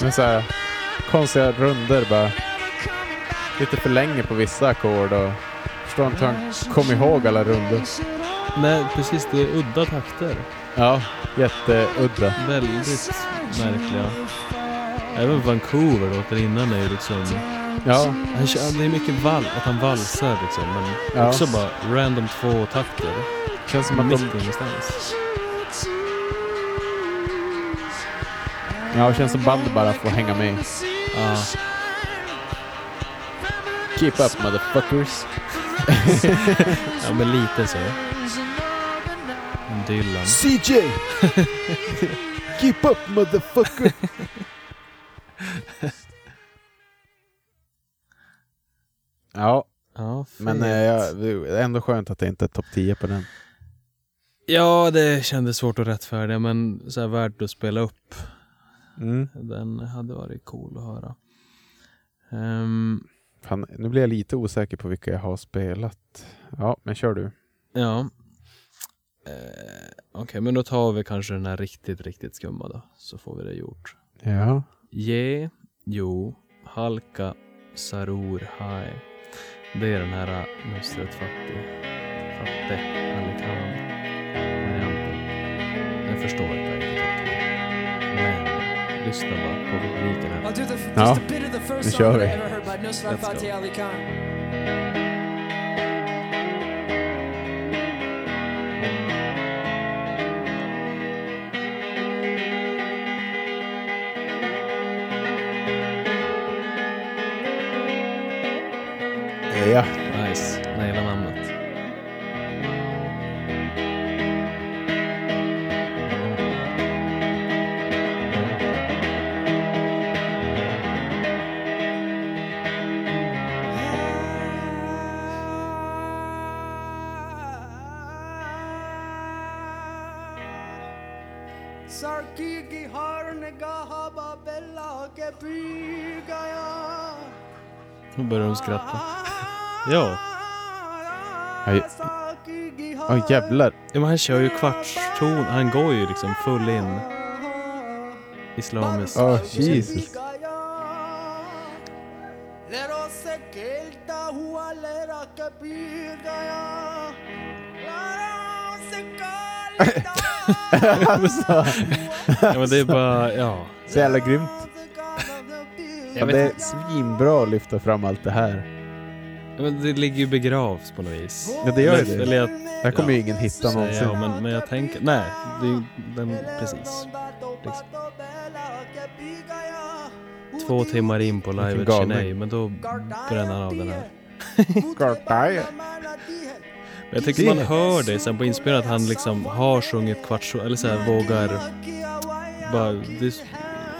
Speaker 1: Men så här, konstiga runder bara. Lite för länge på vissa ackord och förstår inte hur han kom ihåg alla runder.
Speaker 2: Nej, precis. Det är udda takter.
Speaker 1: Ja, jätteudda.
Speaker 2: Väldigt märkliga. Även Vancouver låter innan är ju liksom...
Speaker 1: Ja,
Speaker 2: Han kör, det är mycket val, att han valsar liksom. Men
Speaker 1: Ja.
Speaker 2: också bara random två-takter.
Speaker 1: känns som att
Speaker 2: Mitt
Speaker 1: de,
Speaker 2: ingenstans.
Speaker 1: ja, känns som bandet bara får hänga med.
Speaker 2: Ja.
Speaker 1: Keep up motherfuckers.
Speaker 2: ja, men lite så. Dylan.
Speaker 1: CJ! Keep up motherfucker! ja,
Speaker 2: Ja, fet.
Speaker 1: men eh, jag, det är ändå skönt att det inte är topp 10 på den.
Speaker 2: Ja, det kändes svårt att rättfärdiga, men så här värt att spela upp.
Speaker 1: Mm.
Speaker 2: Den hade varit cool att höra. Ehm,
Speaker 1: Fan, nu blir jag lite osäker på vilka jag har spelat. Ja, men kör du.
Speaker 2: Ja. Eh, Okej, men då tar vi kanske den här riktigt, riktigt skumma då. Så får vi det gjort.
Speaker 1: Ja.
Speaker 2: Ge, jo, halka, sarur, hai. Det är den här eh, Nusret Fattig. Fattig, Alikan. Varianten. Den förstår inte riktigt. Men, lyssna bara på publiken här.
Speaker 1: Ja,
Speaker 3: Nu
Speaker 1: kör vi.
Speaker 2: Let's go.
Speaker 1: Ja.
Speaker 2: Nice, naila namnet.
Speaker 3: सरकी की हर निगाह बाबेला के पी गया
Speaker 2: Nu börjar de skratta. Ja.
Speaker 1: Aj. Åh jävlar.
Speaker 2: ja, men han kör ju kvartston. Han går ju liksom full in islamiskt.
Speaker 1: Åh, Jesus.
Speaker 3: लहरों से खेलता हुआ लहरा के पी गया लहरों से खेलता
Speaker 2: Ja, men det är bara, ja.
Speaker 1: Så jävla grymt.
Speaker 3: हुआ
Speaker 1: Men det är svinbra att lyfta fram allt det här.
Speaker 2: Ja, Men det ligger ju begravs på något vis.
Speaker 1: Ja, det gör
Speaker 2: Men-
Speaker 1: det.
Speaker 2: Eller jag,
Speaker 1: Det här kommer ju ingen hitta
Speaker 2: säger
Speaker 1: någonsin.
Speaker 2: jag, men, men jag tänker, nej, det är ju den, precis. Liksom. Två timmar in på live
Speaker 1: Vilken galning.
Speaker 2: Chennai, men då bränner han av den här.
Speaker 1: Kartaje.
Speaker 2: Men jag tycker man hör det sen på inspelningen att han liksom har sjungit kvartsson, eller så här vågar, bara, det,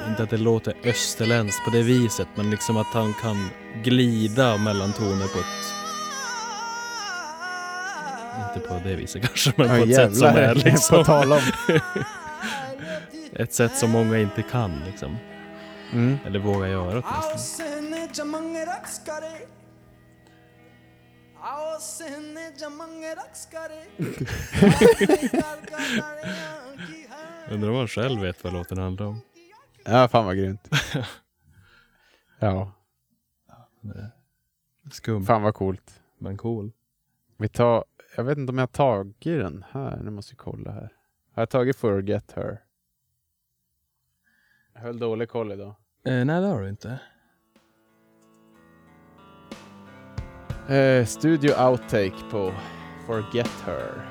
Speaker 2: inte att det låter österländskt på det viset, men liksom att han kan glida mellan toner på ett inte på det viset kanske, men
Speaker 1: Åh,
Speaker 2: på ett sätt som är
Speaker 1: På
Speaker 2: liksom...
Speaker 1: tal om.
Speaker 2: Ett sätt som många inte kan liksom.
Speaker 1: Mm.
Speaker 2: Eller vågar göra åtminstone.
Speaker 3: सहने जमंग रक्स करे आओ सहने जमंग रक्स करे
Speaker 2: Undrar om han själv vet vad låten handlar om.
Speaker 1: Ja, fan vad grymt. ja,
Speaker 2: Skum,
Speaker 1: fan vad coolt.
Speaker 2: men cool.
Speaker 1: Vi tar, jag vet inte om jag har tagit den här. Nu måste jag kolla här. Har jag tagit Forget Her? Jag höll dålig koll idag.
Speaker 2: Eh, nej, det har du inte.
Speaker 1: Eh, studio outtake på Forget Her.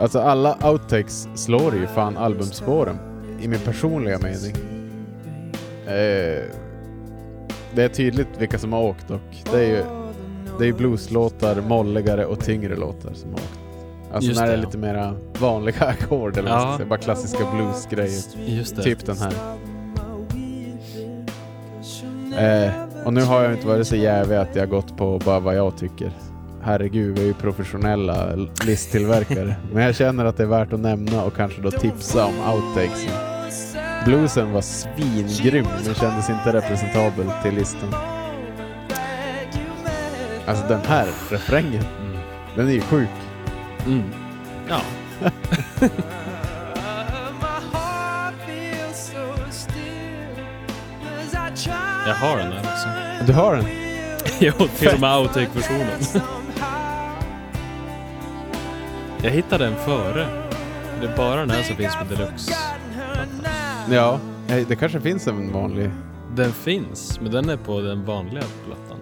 Speaker 1: Alltså alla outtakes slår ju fan albumspåren, i min personliga mening. Eh, det är tydligt vilka som har åkt och det är ju det är ju blueslåtar, molligare och tyngre låtar som har åkt. Alltså
Speaker 2: Just
Speaker 1: när det är
Speaker 2: det, ja.
Speaker 1: lite mera vanliga ackord eller vad man ska
Speaker 2: Ja.
Speaker 1: säga, bara klassiska bluesgrejer.
Speaker 2: Just det.
Speaker 1: Typ den här. Eh, och nu har jag inte varit så jävig att jag gått på bara vad jag tycker. Herregud, vi är ju professionella l- listtillverkare. Men jag känner att det är värt att nämna och kanske då tipsa om outtakesen. Bluesen var svingrym men kändes inte representabel till listan. Alltså den här refrängen, den är ju sjuk.
Speaker 2: Mm. Ja. Jag har den där också.
Speaker 1: Du hör den?
Speaker 2: Jo, till och med outtake-versionen. Jag hittade den före. Det är bara den här som finns på deluxe.
Speaker 1: Ja, eh, det kanske finns en vanlig.
Speaker 2: Den finns, men den är på den vanliga plattan.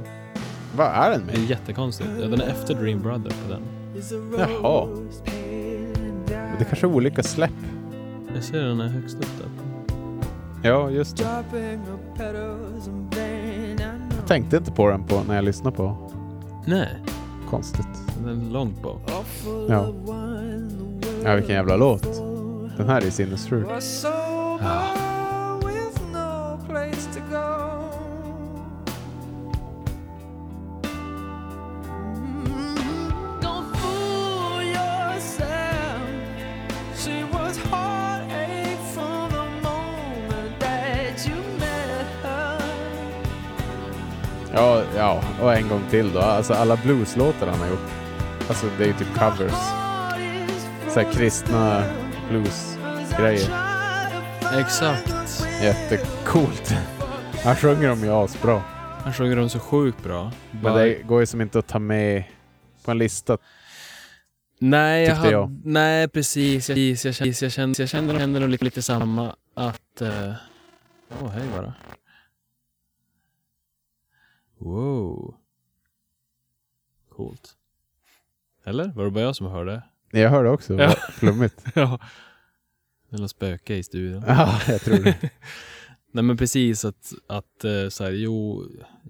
Speaker 1: Vad är den
Speaker 2: Det är
Speaker 1: med?
Speaker 2: jättekonstigt. Ja, den är efter Dream Brother på den.
Speaker 1: Jaha. Det kanske är olika släpp.
Speaker 2: Jag ser den är högst upp där.
Speaker 1: Ja, just det. Jag tänkte inte på den på, när jag lyssnade på.
Speaker 2: Nej,
Speaker 1: Konstigt.
Speaker 2: den är långt bak.
Speaker 1: Ja. ja, vilken jävla låt. Den här är sinnessjuk. Ah. Ja, ja, och en gång till då. Alltså alla blueslåtar han har gjort. Alltså det är ju typ covers. Så här kristna bluesgrejer.
Speaker 2: Exakt.
Speaker 1: Jättecoolt. Han sjunger dem ju asbra.
Speaker 2: Han sjunger dem så sjukt bra.
Speaker 1: Men
Speaker 2: Bara-
Speaker 1: det går ju som inte att ta med på en lista.
Speaker 2: Nej, jag
Speaker 1: Tyckte
Speaker 2: hade,
Speaker 1: jag.
Speaker 2: nej precis. Jag, precis, jag, kände, jag, kände, jag kände, kände nog lite, lite samma att... eh, Åh, hej bara. Wow. Coolt. Eller? Var det bara jag som hörde?
Speaker 1: Jag hörde också.
Speaker 2: Ja.
Speaker 1: Ja. Flummigt.
Speaker 2: ja. Det är något spöke i studion.
Speaker 1: Ja, jag tror det.
Speaker 2: Nej men precis att, att eh, så här, jo,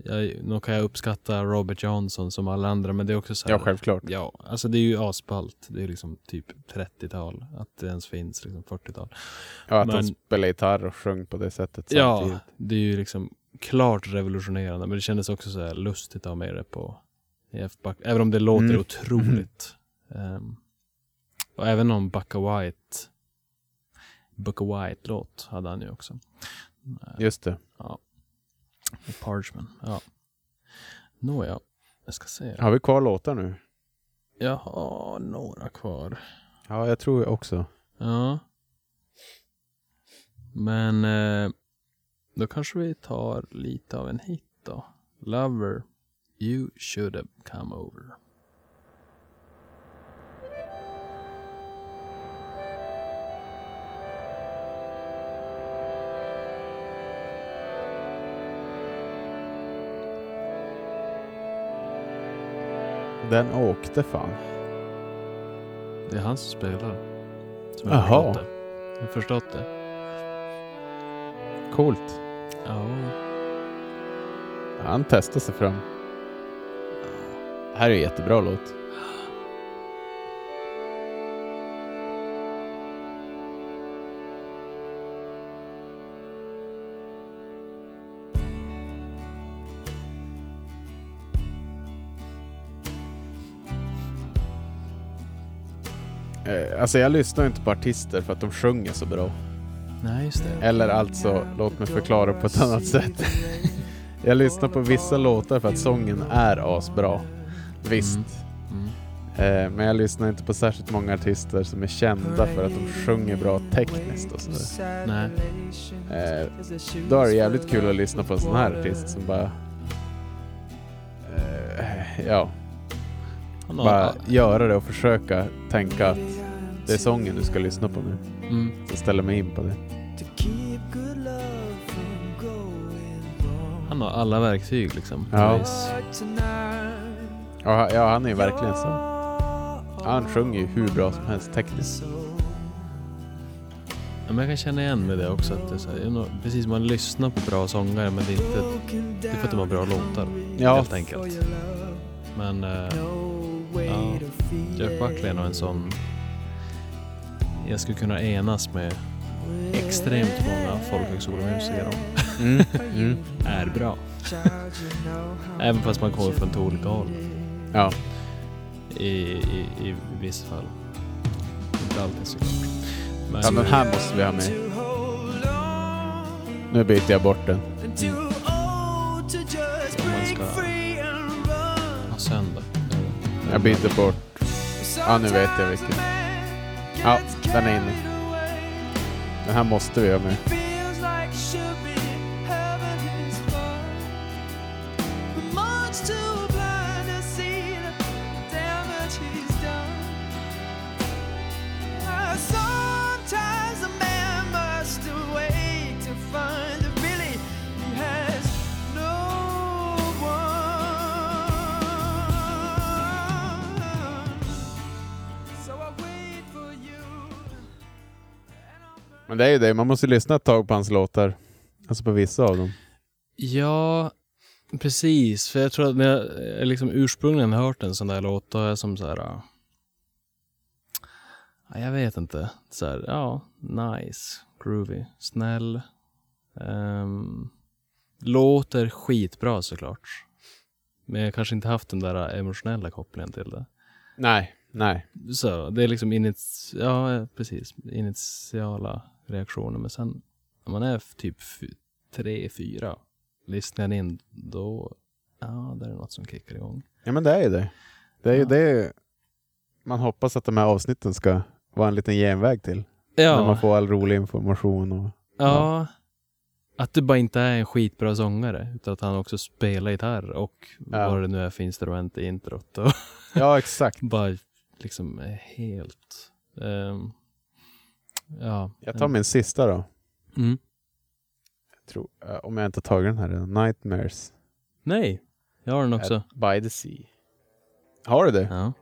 Speaker 2: jag, nu kan jag uppskatta Robert Johnson som alla andra men det är också så här,
Speaker 1: Ja, självklart.
Speaker 2: Ja, alltså det är ju asballt. Det är liksom typ 30-tal. Att det ens finns liksom 40-tal.
Speaker 1: Ja, att
Speaker 2: Men-
Speaker 1: de spelar gitarr och sjöng på det sättet
Speaker 2: Ja,
Speaker 1: samtidigt.
Speaker 2: det är ju liksom klart revolutionerande. Men det kändes också så här lustigt att ha med det på EF-back. Även om det låter
Speaker 1: Mm.
Speaker 2: otroligt. Ehm, och även om Bucka White Bucka White-låt hade han ju också.
Speaker 1: Just det.
Speaker 2: Och Parchman. Ja. Nåja, jag ska se.
Speaker 1: Har vi kvar låtar nu?
Speaker 2: Jag har några kvar.
Speaker 1: Ja, jag tror också.
Speaker 2: Ja. Men eh, då kanske vi tar lite av en hit då. Lover, you should have come over.
Speaker 1: Den åkte fan.
Speaker 2: Det är han som spelar. Som jag
Speaker 1: Jaha.
Speaker 2: har förstått det. Jag har förstått det.
Speaker 1: Coolt.
Speaker 2: Ja.
Speaker 1: Han testar sig fram. Det här är en jättebra låt. Eh, Alltså jag lyssnar ju inte på artister för att de sjunger så bra.
Speaker 2: Nej, just det.
Speaker 1: Eller alltså, låt mig förklara på ett annat sätt. Jag lyssnar på vissa låtar för att sången är asbra. Visst.
Speaker 2: Mm. Mm.
Speaker 1: Eh, men jag lyssnar inte på särskilt många artister som är kända för att de sjunger bra tekniskt och sådär.
Speaker 2: Mm. Nej.
Speaker 1: Eh, då är det jävligt kul att lyssna på en sån här artist som bara... Eh, ja,
Speaker 2: Han har-
Speaker 1: bara göra det och försöka tänka att det är sången du ska lyssna på nu.
Speaker 2: Mm.
Speaker 1: Så ställer mig in på det.
Speaker 2: Han har alla verktyg liksom.
Speaker 1: Ja.
Speaker 2: Nice.
Speaker 1: Ja, ha- ja han är ju verkligen så. Ja, han sjunger ju hur bra som helst tekniskt.
Speaker 2: Ja, men jag kan känna igen med det också. Att det är så här, jag nog- precis, man lyssnar på bra sångare men det är inte... Det är för att de har bra låtar
Speaker 1: Ja,
Speaker 2: helt enkelt. Men eh, ja, Jeff Buckley är nog en sån... Jag skulle kunna enas med extremt många folkhögskolemusiker om
Speaker 1: mm, mm.
Speaker 2: är bra. Även fast man kommer från två olika håll
Speaker 1: ja.
Speaker 2: i, i, i vissa fall. Inte alltid såklart. Men,
Speaker 1: ja den här måste vi ha med. Nu byter jag bort den.
Speaker 2: om man ska ha sönder.
Speaker 1: Jag byter bort. Ja, nu vet jag vilken. Ja, den är inne. Den här måste vi ha med.
Speaker 3: feels like should be heaven is far. But much too blind to see the damage he's done. Ah, Sometimes a man must awake to find that really he has no one. So I wait for you. and I'm
Speaker 1: Men det är ju det, man måste lyssna ett tag på hans låtar. Alltså på vissa av dem.
Speaker 2: Ja, precis. För jag tror att när jag eh, liksom ursprungligen hört en sån där låt, då är jag som så här... ah, Ja, jag vet inte. Så här, ja, nice, groovy, snäll. Ehm, låter skitbra såklart. Men jag har kanske inte haft den där emotionella kopplingen till det.
Speaker 1: Nej, nej.
Speaker 2: Så det är liksom inits, ja, precis, initiala reaktioner. Men sen när man är f- typ f- tre, fyra, lyssnar in, då ja, det är det något som kickar igång.
Speaker 1: Ja men det är ju det. Det är ju
Speaker 2: Ja.
Speaker 1: det man hoppas att de här avsnitten ska vara en liten genväg till. När man
Speaker 2: Ja,
Speaker 1: får all rolig information och...
Speaker 2: ja, att det bara inte är en skitbra sångare, utan att han också spelar gitarr och
Speaker 1: Ja.
Speaker 2: vad det nu är för instrument i introt. Och
Speaker 1: Ja, exakt.
Speaker 2: bara liksom är helt... ehm, ja.
Speaker 1: Jag tar min sista då.
Speaker 2: Mm.
Speaker 1: Jag tror, eh, om jag inte har tagit den här redan. Nightmares
Speaker 2: Nej, jag har den också.
Speaker 1: at by the sea. Har du det?
Speaker 2: Ja.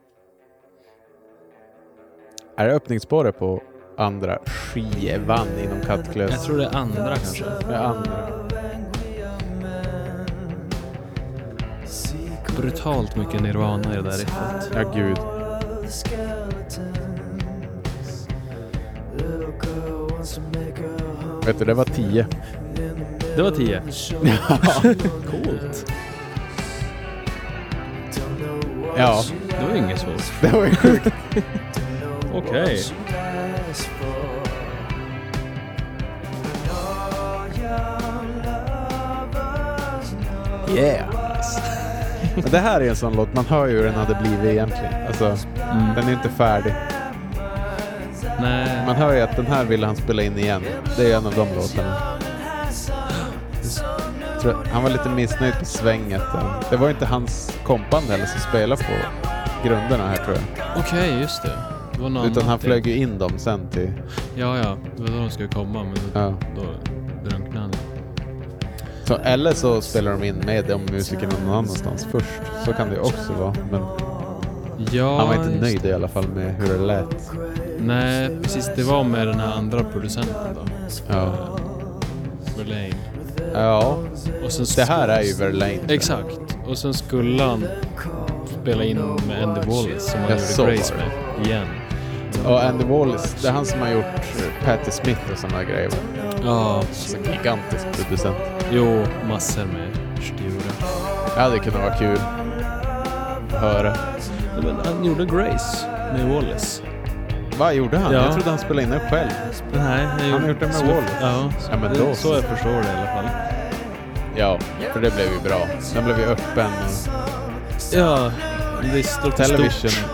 Speaker 1: Är det öppningsspåret på andra skivan inom Kattklös?
Speaker 2: Jag tror det är andra kanske.
Speaker 1: det är andra.
Speaker 2: brutalt mycket Nirvana i det där riffet.
Speaker 1: Ja, gud. Vet du, det var tio.
Speaker 2: Det var tio. Coolt.
Speaker 1: Ja,
Speaker 2: Det var ju inget svårt.
Speaker 1: det var ju sjukt.
Speaker 2: Okej.
Speaker 1: Yeah! Men det här är en sån låt, man hör ju hur den hade blivit egentligen. Alltså, den är inte färdig.
Speaker 2: Nej,
Speaker 1: Man hör ju att den här ville han spela in igen. Det är en av de låtarna. Jag tror- Han var lite missnöjd på svänget. där. Det var ju inte hans kompband heller som spelade på grunderna här tror jag.
Speaker 2: okej, just det. det var någon
Speaker 1: Utan
Speaker 2: annan
Speaker 1: han
Speaker 2: till.
Speaker 1: flög ju in dem sen till...
Speaker 2: Ja, ja. Det var då de skulle komma, men då,
Speaker 1: Ja.
Speaker 2: då drunknade han.
Speaker 1: Så, eller så spelar de in med de musikerna någon annanstans först. Så kan det ju också vara. Men
Speaker 2: Ja,
Speaker 1: han var inte
Speaker 2: just
Speaker 1: nöjd i alla fall med hur det lät.
Speaker 2: det. Nej, precis. Det var med den här andra producenten då. Eh,
Speaker 1: Ja.
Speaker 2: Verlaine.
Speaker 1: ja,
Speaker 2: Och sen
Speaker 1: det här är ju Verlaine. tror jag.
Speaker 2: Exakt. Och sen skulle han spela in med Andy Wallace som han
Speaker 1: Ja, så
Speaker 2: gjorde Grace
Speaker 1: var det.
Speaker 2: med. Igen.
Speaker 1: Och Andy Wallace, det är han som har gjort eh, Patti Smith och sådana grejer. va?
Speaker 2: Ja,
Speaker 1: Så gigantisk producent.
Speaker 2: jo, massor med Stura.
Speaker 1: Ja, det kunde vara kul att höra.
Speaker 2: Nej, men han gjorde Grace med Wallace.
Speaker 1: Vad gjorde han?
Speaker 2: Ja.
Speaker 1: Jag trodde han spelade in den själv.
Speaker 2: Nej, han,
Speaker 1: har gjort det med
Speaker 2: så-
Speaker 1: Wallace.
Speaker 2: Ja, så,
Speaker 1: Ja, men då
Speaker 2: så
Speaker 1: så.
Speaker 2: jag förstår det i alla fall.
Speaker 1: Ja, för det blev ju bra. Den blev ju öppen. och-
Speaker 2: Ja, Det slår till
Speaker 1: Television.
Speaker 2: stort.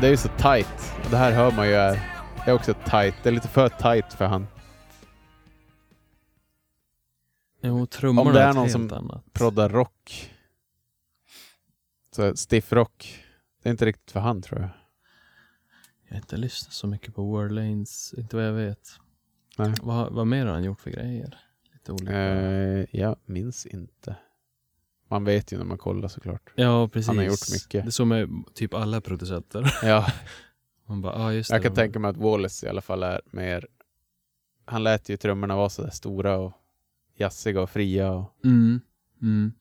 Speaker 1: Det är ju så tight. Och det här hör man ju är, är också tight. Det är lite för tight för han.
Speaker 2: Jo, trummorna
Speaker 1: Om det är
Speaker 2: ett
Speaker 1: någon
Speaker 2: helt
Speaker 1: som
Speaker 2: annat.
Speaker 1: Proddar rock. Så här, stiff rock. Det är inte riktigt för han tror jag.
Speaker 2: Jag har inte lyssnat så mycket på Warlanes, inte vad jag vet.
Speaker 1: Nej.
Speaker 2: Vad, vad mer har han gjort för grejer? Lite olika.
Speaker 1: Eh, jag minns inte. Man vet ju när man kollar såklart.
Speaker 2: ja, precis.
Speaker 1: han har gjort mycket.
Speaker 2: Det är så med typ alla producenter.
Speaker 1: Ja,
Speaker 2: Man bara, ah, just
Speaker 1: jag
Speaker 2: det,
Speaker 1: kan
Speaker 2: de-
Speaker 1: tänka mig att Wallace i alla fall är mer... Han lät ju trummorna vara sådär stora och jazziga och fria. Och,
Speaker 2: Mm, mm.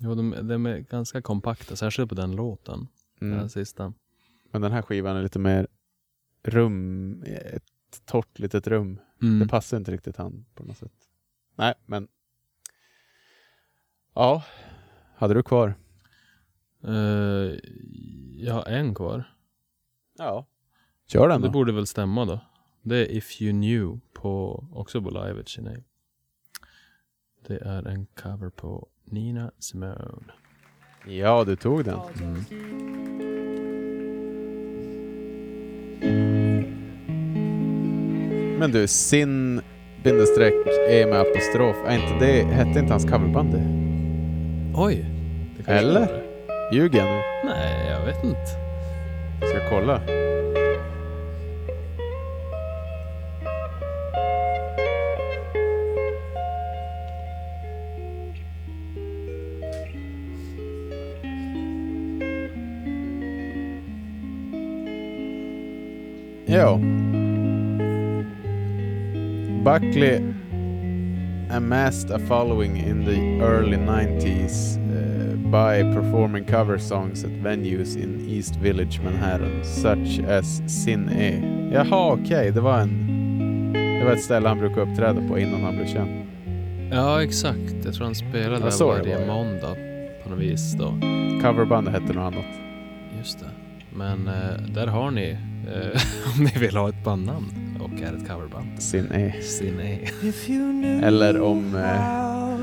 Speaker 2: Jo, de, de är ganska kompakta, särskilt på den låten.
Speaker 1: mm.
Speaker 2: Den sista.
Speaker 1: Men den här skivan är lite mer rum, ett torrt litet rum.
Speaker 2: Mm.
Speaker 1: Det passar inte riktigt han på något sätt. Nej, men... Ja, hade du kvar?
Speaker 2: Eh, jag har en kvar.
Speaker 1: Ja. Kör den
Speaker 2: Det
Speaker 1: då.
Speaker 2: borde väl stämma då. Det är If You Knew på, också på Live at Chennai. Det är en cover på Nina Simone.
Speaker 1: Ja, du tog den. Mm. Men du, sin bindestreck är med apostrof. Är inte det, hette inte hans coverband det?
Speaker 2: Oj! Det kanske
Speaker 1: Eller?
Speaker 2: var det.
Speaker 1: Ljuger jag nu?
Speaker 2: Nej, jag vet inte.
Speaker 1: Ska jag kolla? Ja. Buckley amassed a following in the early 90s uh, by performing cover songs at venues in East Village, Manhattan, such as Sin E. Jaha, okej, det var en... Det var ett ställe han brukade uppträda på innan han blev känd.
Speaker 2: Ja, exakt. Jag tror han spelade
Speaker 1: Ja,
Speaker 2: där
Speaker 1: så det
Speaker 2: varje
Speaker 1: var, ja.
Speaker 2: måndag på något vis då.
Speaker 1: Coverbandet hette något annat.
Speaker 2: Just det. Men eh, där har ni, eh, om ni vill ha ett bandnamn och är ett coverband.
Speaker 1: Sin E.
Speaker 2: Sinne.
Speaker 3: If you knew
Speaker 1: Eller om eh,
Speaker 3: how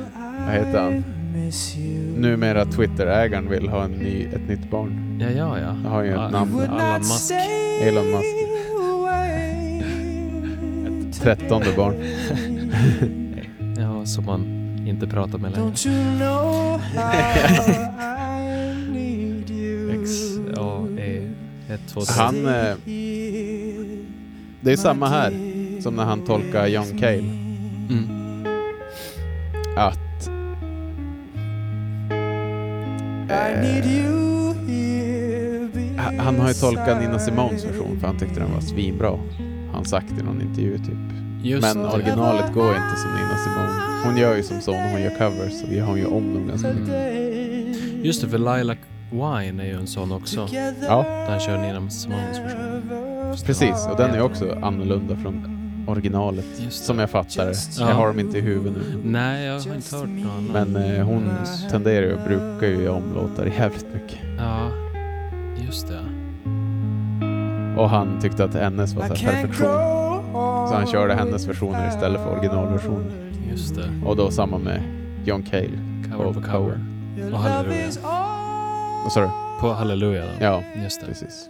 Speaker 1: vad heter han?
Speaker 3: I miss you.
Speaker 1: numera Twitter-ägaren vill ha en ny, ett nytt barn.
Speaker 2: Ja, ja, ja.
Speaker 1: Jag har ju ett
Speaker 2: Ah,
Speaker 1: namn.
Speaker 3: Would
Speaker 2: Alan
Speaker 3: not
Speaker 2: Musk.
Speaker 3: stay
Speaker 1: Elon Musk.
Speaker 3: away
Speaker 1: Ett trettonde barn.
Speaker 2: Ja, som man inte pratar med längre.
Speaker 3: Don't you know how I need you
Speaker 2: X, A, E, 1, 2, 3.
Speaker 1: Han... Eh,
Speaker 3: here,
Speaker 1: det är
Speaker 3: my
Speaker 1: samma här
Speaker 3: dear.
Speaker 1: som när han tolkar John Cale.
Speaker 2: Mm.
Speaker 1: att...
Speaker 3: I
Speaker 1: Eh,
Speaker 3: need you here
Speaker 1: ha- Eh, han har ju tolkat Nina
Speaker 3: beside
Speaker 1: Simones version för han tyckte den var svinbra. Har Han sagt i någon intervju typ.
Speaker 2: Just
Speaker 1: Men
Speaker 2: det.
Speaker 3: Mm.
Speaker 1: originalet går ju inte som Nina Simone. Hon gör ju som så när hon gör covers och vi har ju om dem ganska mycket.
Speaker 3: Mm.
Speaker 2: Just det, för Lilac Wine är ju en sån också.
Speaker 1: Ja,
Speaker 2: Där kör Nina Simones version.
Speaker 1: precis. Och den är också annorlunda från originalet.
Speaker 2: Just det.
Speaker 1: Som jag fattar det.
Speaker 2: Ja.
Speaker 1: Jag har dem inte i huvudet nu.
Speaker 2: Nej, jag har inte hört någon annan.
Speaker 1: Men eh, hon tenderar ju och brukar ju göra omlåtar jävligt mycket.
Speaker 2: Ja, just det.
Speaker 1: Och han tyckte att hennes var så här perfektion. Så han körde hennes versioner istället för originalversioner.
Speaker 2: Just det.
Speaker 1: Och då samma med John Cale.
Speaker 2: Cover
Speaker 1: Och
Speaker 2: på
Speaker 1: cover.
Speaker 2: cover. Och Halleluja.
Speaker 1: Vad sa du?
Speaker 2: På Halleluja då.
Speaker 1: Ja,
Speaker 2: Just det.
Speaker 1: precis.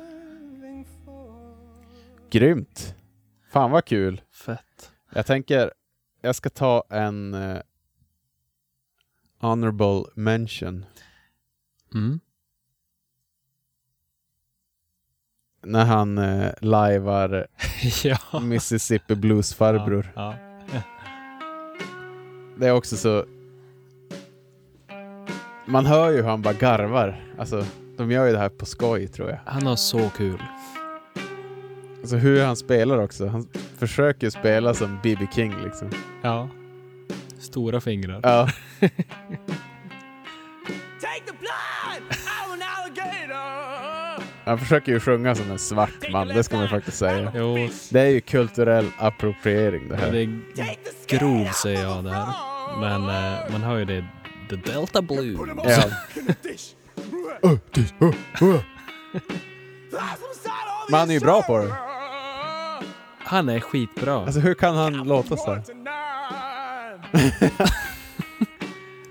Speaker 1: Grymt! Fan vad kul!
Speaker 2: Fett.
Speaker 1: Jag tänker, jag ska ta en eh, honorable mention.
Speaker 2: Mm.
Speaker 1: När han eh, lajvar
Speaker 2: ja.
Speaker 1: Mississippi Blues farbror.
Speaker 2: Ja.
Speaker 1: Det är också så... Man hör ju hur han bara garvar. Alltså, de gör ju det här på skoj tror jag.
Speaker 2: Han har så kul.
Speaker 1: Alltså hur han spelar också. Han försöker spela som B.B. King liksom.
Speaker 2: Ja. Stora fingrar.
Speaker 1: Ja.
Speaker 3: Take the blood out of an alligator.
Speaker 1: Han försöker ju sjunga som en svart man, det ska man faktiskt säga.
Speaker 2: Jo,
Speaker 1: Det är ju kulturell appropriering det
Speaker 2: ja, det
Speaker 1: här.
Speaker 2: är grov säger jag där. Men eh, man hör ju det. The Delta Blue.
Speaker 1: Ja. Men han är ju bra på det.
Speaker 2: Han är skitbra.
Speaker 1: Alltså hur kan han låta så här?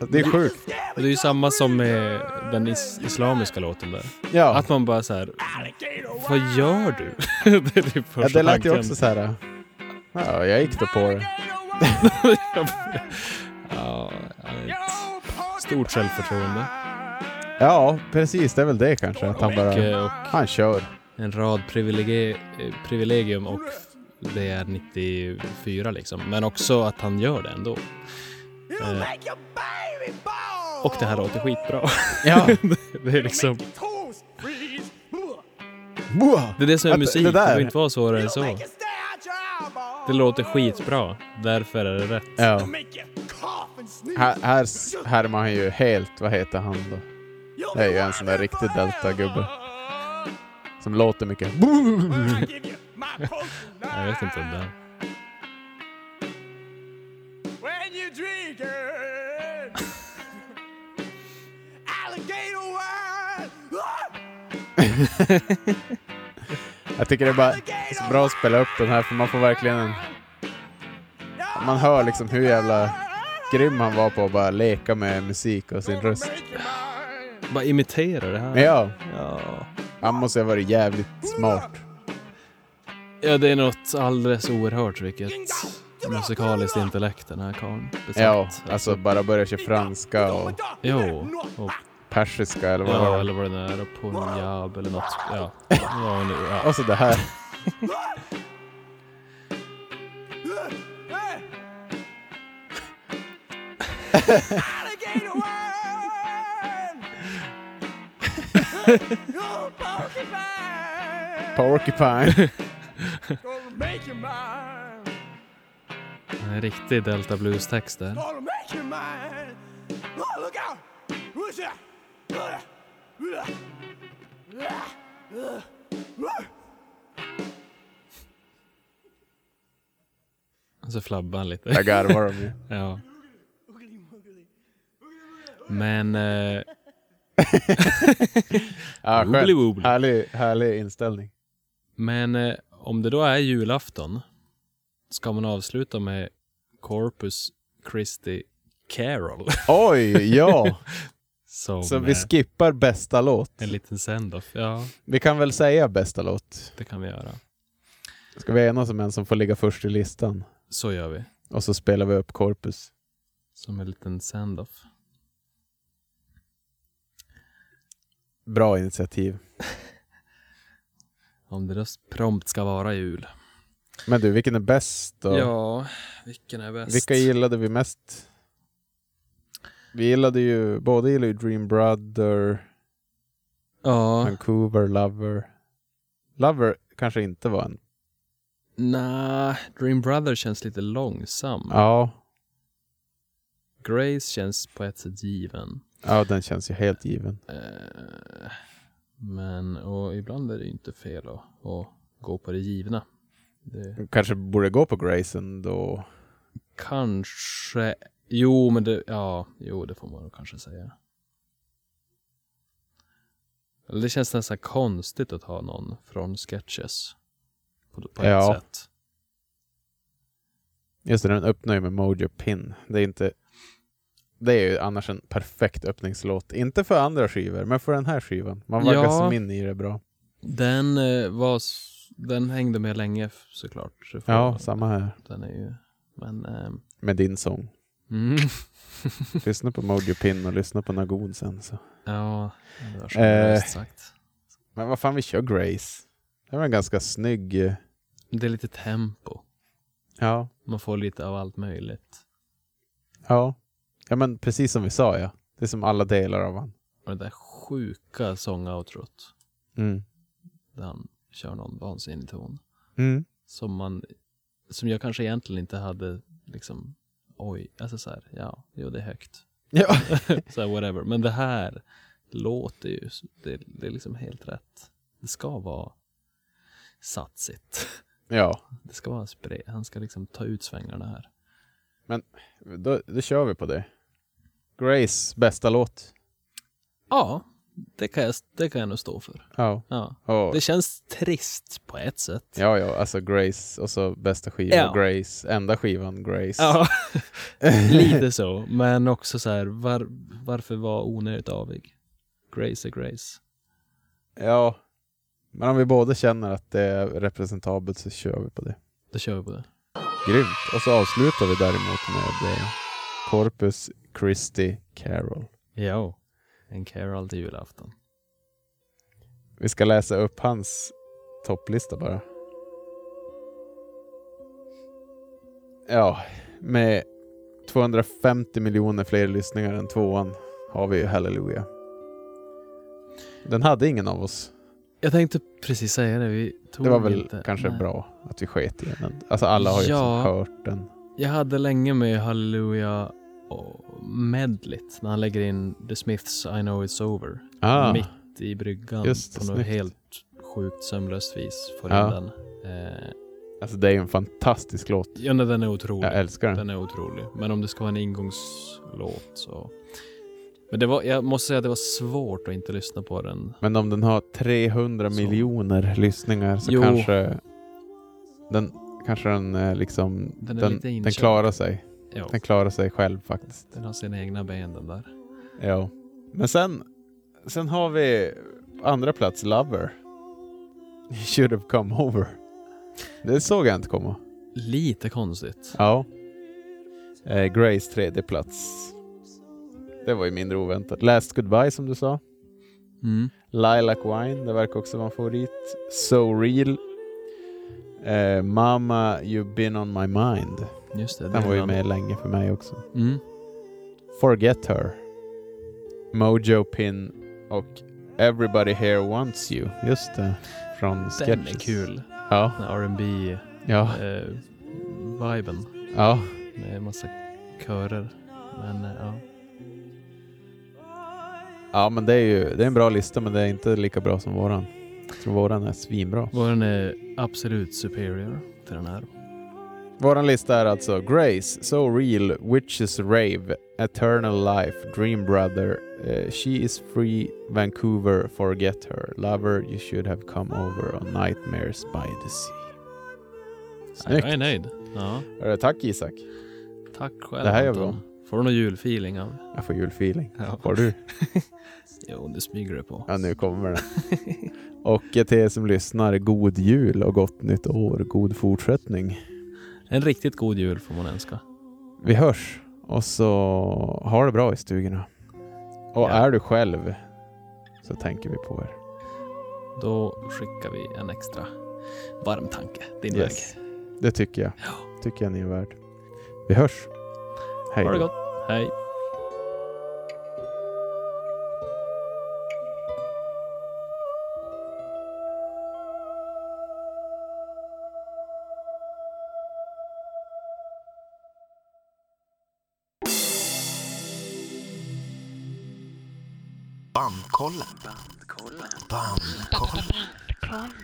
Speaker 1: Alltså, Det är sjukt.
Speaker 2: Och det är ju samma som med den is islamiska låten där.
Speaker 1: Ja,
Speaker 2: Att man bara så här. Vad gör du? det är typ första
Speaker 1: ja det lät ju
Speaker 2: tanken.
Speaker 1: också så här. Ja, jag gick då på det.
Speaker 2: ja, ett stort självförtroende.
Speaker 1: Ja, precis. Det är väl det kanske. Att han bara...
Speaker 2: Och, och
Speaker 1: Han kör.
Speaker 2: en rad privilege, eh, privilegium och det är 94 liksom. Men också att han gör det ändå. Eh, och det här låter skitbra.
Speaker 1: Ja.
Speaker 2: det är liksom...
Speaker 1: Boa!
Speaker 2: Det är det som är
Speaker 1: Att-
Speaker 2: musik,
Speaker 1: det
Speaker 2: det,
Speaker 1: där.
Speaker 2: behöver inte vara svårare än så. Det låter skitbra, därför är det rätt.
Speaker 1: Ja. Här, här s- härmar han ju helt, vad heter han då? Det är ju en sån där riktig deltagubbe. Som låter mycket.
Speaker 2: Jag vet inte om det är.
Speaker 1: Jag tycker det är bara så bra att spela upp den här för man får verkligen en... Man hör liksom hur jävla grym han var på att bara leka med musik och sin röst.
Speaker 2: Bara imitera det här.
Speaker 1: Men ja,
Speaker 2: Ja.
Speaker 1: han måste ha varit jävligt smart.
Speaker 2: Ja, det är något alldeles oerhört vilket musikaliskt intellekt den här karln besatt.
Speaker 1: Ja, alltså bara börja köra franska och
Speaker 2: Jo, och,
Speaker 1: persiska eller vad
Speaker 2: ja,
Speaker 1: var det?
Speaker 2: eller vad det är, och punjab eller något. Ja, ja, nu, ja.
Speaker 1: Och så det här. Porcupine.
Speaker 2: en riktig Delta Blues-text där. Och så flabbar han lite.
Speaker 1: Där garvar de ju.
Speaker 2: Ja. Men... Eh,
Speaker 1: Ja,
Speaker 2: Oogly woogly.
Speaker 1: skönt. Härlig, härlig inställning.
Speaker 2: Men eh, om det då är julafton, ska man avsluta med Corpus Christi Carol?
Speaker 1: Oj, ja!
Speaker 2: Som
Speaker 1: Så
Speaker 2: eh,
Speaker 1: vi skippar bästa låt.
Speaker 2: en liten send-off. Ja,
Speaker 1: Vi kan väl säga bästa låt?
Speaker 2: det kan vi göra.
Speaker 1: Ska vi enas om en som får ligga först i listan?
Speaker 2: Så gör vi.
Speaker 1: Och så spelar vi upp Corpus.
Speaker 2: Som en liten send-off.
Speaker 1: Bra initiativ.
Speaker 2: Om det då prompt ska vara jul.
Speaker 1: Men du, vilken är bäst då?
Speaker 2: Ja, vilken är bäst?
Speaker 1: Vilka gillade vi mest? Vi gillade ju, båda gillade ju Dream Brother,
Speaker 2: Ja,
Speaker 1: Vancouver, Lover. Lover kanske inte var en.
Speaker 2: nej, Dream Brother känns lite långsam.
Speaker 1: Ja,
Speaker 2: Grace känns på ett sätt given.
Speaker 1: ja den känns ju helt given.
Speaker 2: Eh, Men och ibland är det ju inte fel att, att gå på det givna. Det
Speaker 1: Kanske borde gå på Grayson då.
Speaker 2: kanske... Jo, men det... Ja, jo, det får man nog kanske säga. Eller Det känns nästan konstigt att ha någon från sketches. På, på ett
Speaker 1: Ja.
Speaker 2: sätt.
Speaker 1: Just det, den öppnar ju med Mojo Pin. Det är inte... Det är ju annars en perfekt öppningslåt. Inte för andra skivor, men för den här skivan. Man verkar
Speaker 2: Ja.
Speaker 1: som in i det bra.
Speaker 2: Den eh, var... s- Den hängde med länge f- såklart. Så får
Speaker 1: Ja,
Speaker 2: man-
Speaker 1: samma här.
Speaker 2: Den är ju... Men... ehm,
Speaker 1: Med din sång.
Speaker 2: mm.
Speaker 1: Lyssna på Mojo Pin och lyssna på Nagon sen. Så.
Speaker 2: ja, det var så
Speaker 1: Eh.
Speaker 2: sagt.
Speaker 1: Men vad fan, vi kör Grace. Det var en ganska snygg... eh,
Speaker 2: Det är lite tempo.
Speaker 1: Ja.
Speaker 2: Man får lite av allt möjligt.
Speaker 1: Ja. Ja, men precis som vi sa, ja. Det är som alla delar av han.
Speaker 2: Och det där sjuka sångoutrot
Speaker 1: Mm.
Speaker 2: där han kör någon vansinnig ton
Speaker 1: Mm.
Speaker 2: som man som jag kanske egentligen inte hade liksom oj, alltså så här, ja, jo det är högt.
Speaker 1: Ja.
Speaker 2: så här, whatever. Men det här låter ju, så- det, det är liksom helt rätt. Det ska vara satsigt.
Speaker 1: ja.
Speaker 2: Det ska vara spray. Han ska liksom ta ut svängarna här.
Speaker 1: Då, då kör vi på det. Grace, bästa låt.
Speaker 2: Ja, det kan jag, det kan jag nog stå för.
Speaker 1: Ja.
Speaker 2: Ja.
Speaker 1: Och,
Speaker 2: Det känns trist på ett sätt.
Speaker 1: ja, ja, alltså Grace och så bästa skivan
Speaker 2: Ja.
Speaker 1: Grace, enda skivan Grace.
Speaker 2: Ja, lite så. Men också så här, var, varför vara onödigt avig? Grace är Grace.
Speaker 1: ja. Men om vi båda känner att det är representabelt så kör vi på det.
Speaker 2: Då kör vi på det.
Speaker 1: Grymt. Och så avslutar vi däremot med eh, Corpus Christi Carol.
Speaker 2: Ja, en Carol till julafton.
Speaker 1: Vi ska läsa upp hans topplista bara. Ja, med 250 miljoner fler lyssningar än tvåan har vi ju Halleluja. Den hade ingen av oss.
Speaker 2: Jag tänkte precis säga det. Vi tog
Speaker 1: Det var väl
Speaker 2: inte,
Speaker 1: kanske
Speaker 2: nej.
Speaker 1: bra att vi sket i den. Alltså alla har ju
Speaker 2: Ja.
Speaker 1: liksom hört den.
Speaker 2: Jag hade länge med Hallelujah och medligt när han lägger in The Smiths I know it's over
Speaker 1: Ah,
Speaker 2: mitt i bryggan
Speaker 1: Just det,
Speaker 2: på något
Speaker 1: snyggt.
Speaker 2: helt sjukt sömlöst vis får
Speaker 1: Ja.
Speaker 2: in den. Eh,
Speaker 1: alltså det är ju en fantastisk låt.
Speaker 2: ja, nej, den är otrolig.
Speaker 1: Jag älskar den.
Speaker 2: Den är otrolig. Men om det ska vara en ingångslåt så... Men det var, jag måste säga att det var svårt att inte lyssna på den.
Speaker 1: Men om den har 300
Speaker 2: Så.
Speaker 1: miljoner lyssningar så
Speaker 2: Jo.
Speaker 1: kanske den, kanske den eh, liksom
Speaker 2: Den är
Speaker 1: den,
Speaker 2: lite
Speaker 1: den,
Speaker 2: inköpt.
Speaker 1: klarar sig.
Speaker 2: Ja,
Speaker 1: Den klarar sig själv faktiskt.
Speaker 2: den har sina egna ben den där.
Speaker 1: Ja. Men sen, sen har vi på andra plats Lover. You should have come over. Det såg jag inte komma.
Speaker 2: Lite konstigt.
Speaker 1: Ja. Eh, Grace tredje plats. Det var ju mindre oväntat. Last Goodbye som du sa.
Speaker 2: Mm.
Speaker 1: Lilac Wine, det verkar också vara en favorit. So Real. Eh, Mama You've Been On My Mind.
Speaker 2: Just det.
Speaker 1: Den
Speaker 2: det
Speaker 1: var ju
Speaker 2: han-
Speaker 1: med länge för mig också.
Speaker 2: Mm.
Speaker 1: Forget Her. Mojo Pin och Everybody Here Wants You. Just det. Från
Speaker 2: Den är
Speaker 1: Sketches.
Speaker 2: kul.
Speaker 1: Ja,
Speaker 2: Den här R&B
Speaker 1: ja,
Speaker 2: eh, viben
Speaker 1: ja.
Speaker 2: med massa körer. Men eh, ja.
Speaker 1: Ja, men det är ju det är en bra lista men det är inte lika bra som våran. Jag tror våran är svinbra.
Speaker 2: Våran är absolut superior till den här.
Speaker 1: Våran lista är alltså Grace, So Real, Witches Rave, Eternal Life, Dream Brother, eh, She Is Free, Vancouver, Forget Her, Lover, You Should Have Come Over och Nightmares By The Sea. Snyggt!
Speaker 2: Jag är nöjd. Ja.
Speaker 1: Hörru, Tack Isak!
Speaker 2: Tack själv
Speaker 1: Det här gör vi
Speaker 2: Anton. Får du någon julfeeling av?
Speaker 1: Jag får julfeeling.
Speaker 2: Ja.
Speaker 1: Får du?
Speaker 2: Jo, det smyger du på.
Speaker 1: Ja, nu kommer den. Och eh, till er som lyssnar, god jul och gott nytt år. God fortsättning.
Speaker 2: En riktigt god jul får man önska.
Speaker 1: Vi hörs och så ha det bra i stugorna. Och
Speaker 2: Ja.
Speaker 1: är du själv så tänker vi på er.
Speaker 2: Då skickar vi en extra varm tanke din
Speaker 1: Yes.
Speaker 2: väg.
Speaker 1: Det tycker jag.
Speaker 2: Ja.
Speaker 1: Tycker jag ni är värd. Vi hörs. Hej
Speaker 2: Ha det
Speaker 1: då.
Speaker 2: gott. Hej.
Speaker 7: Bandkollen. Bandkollen. Bandkollen.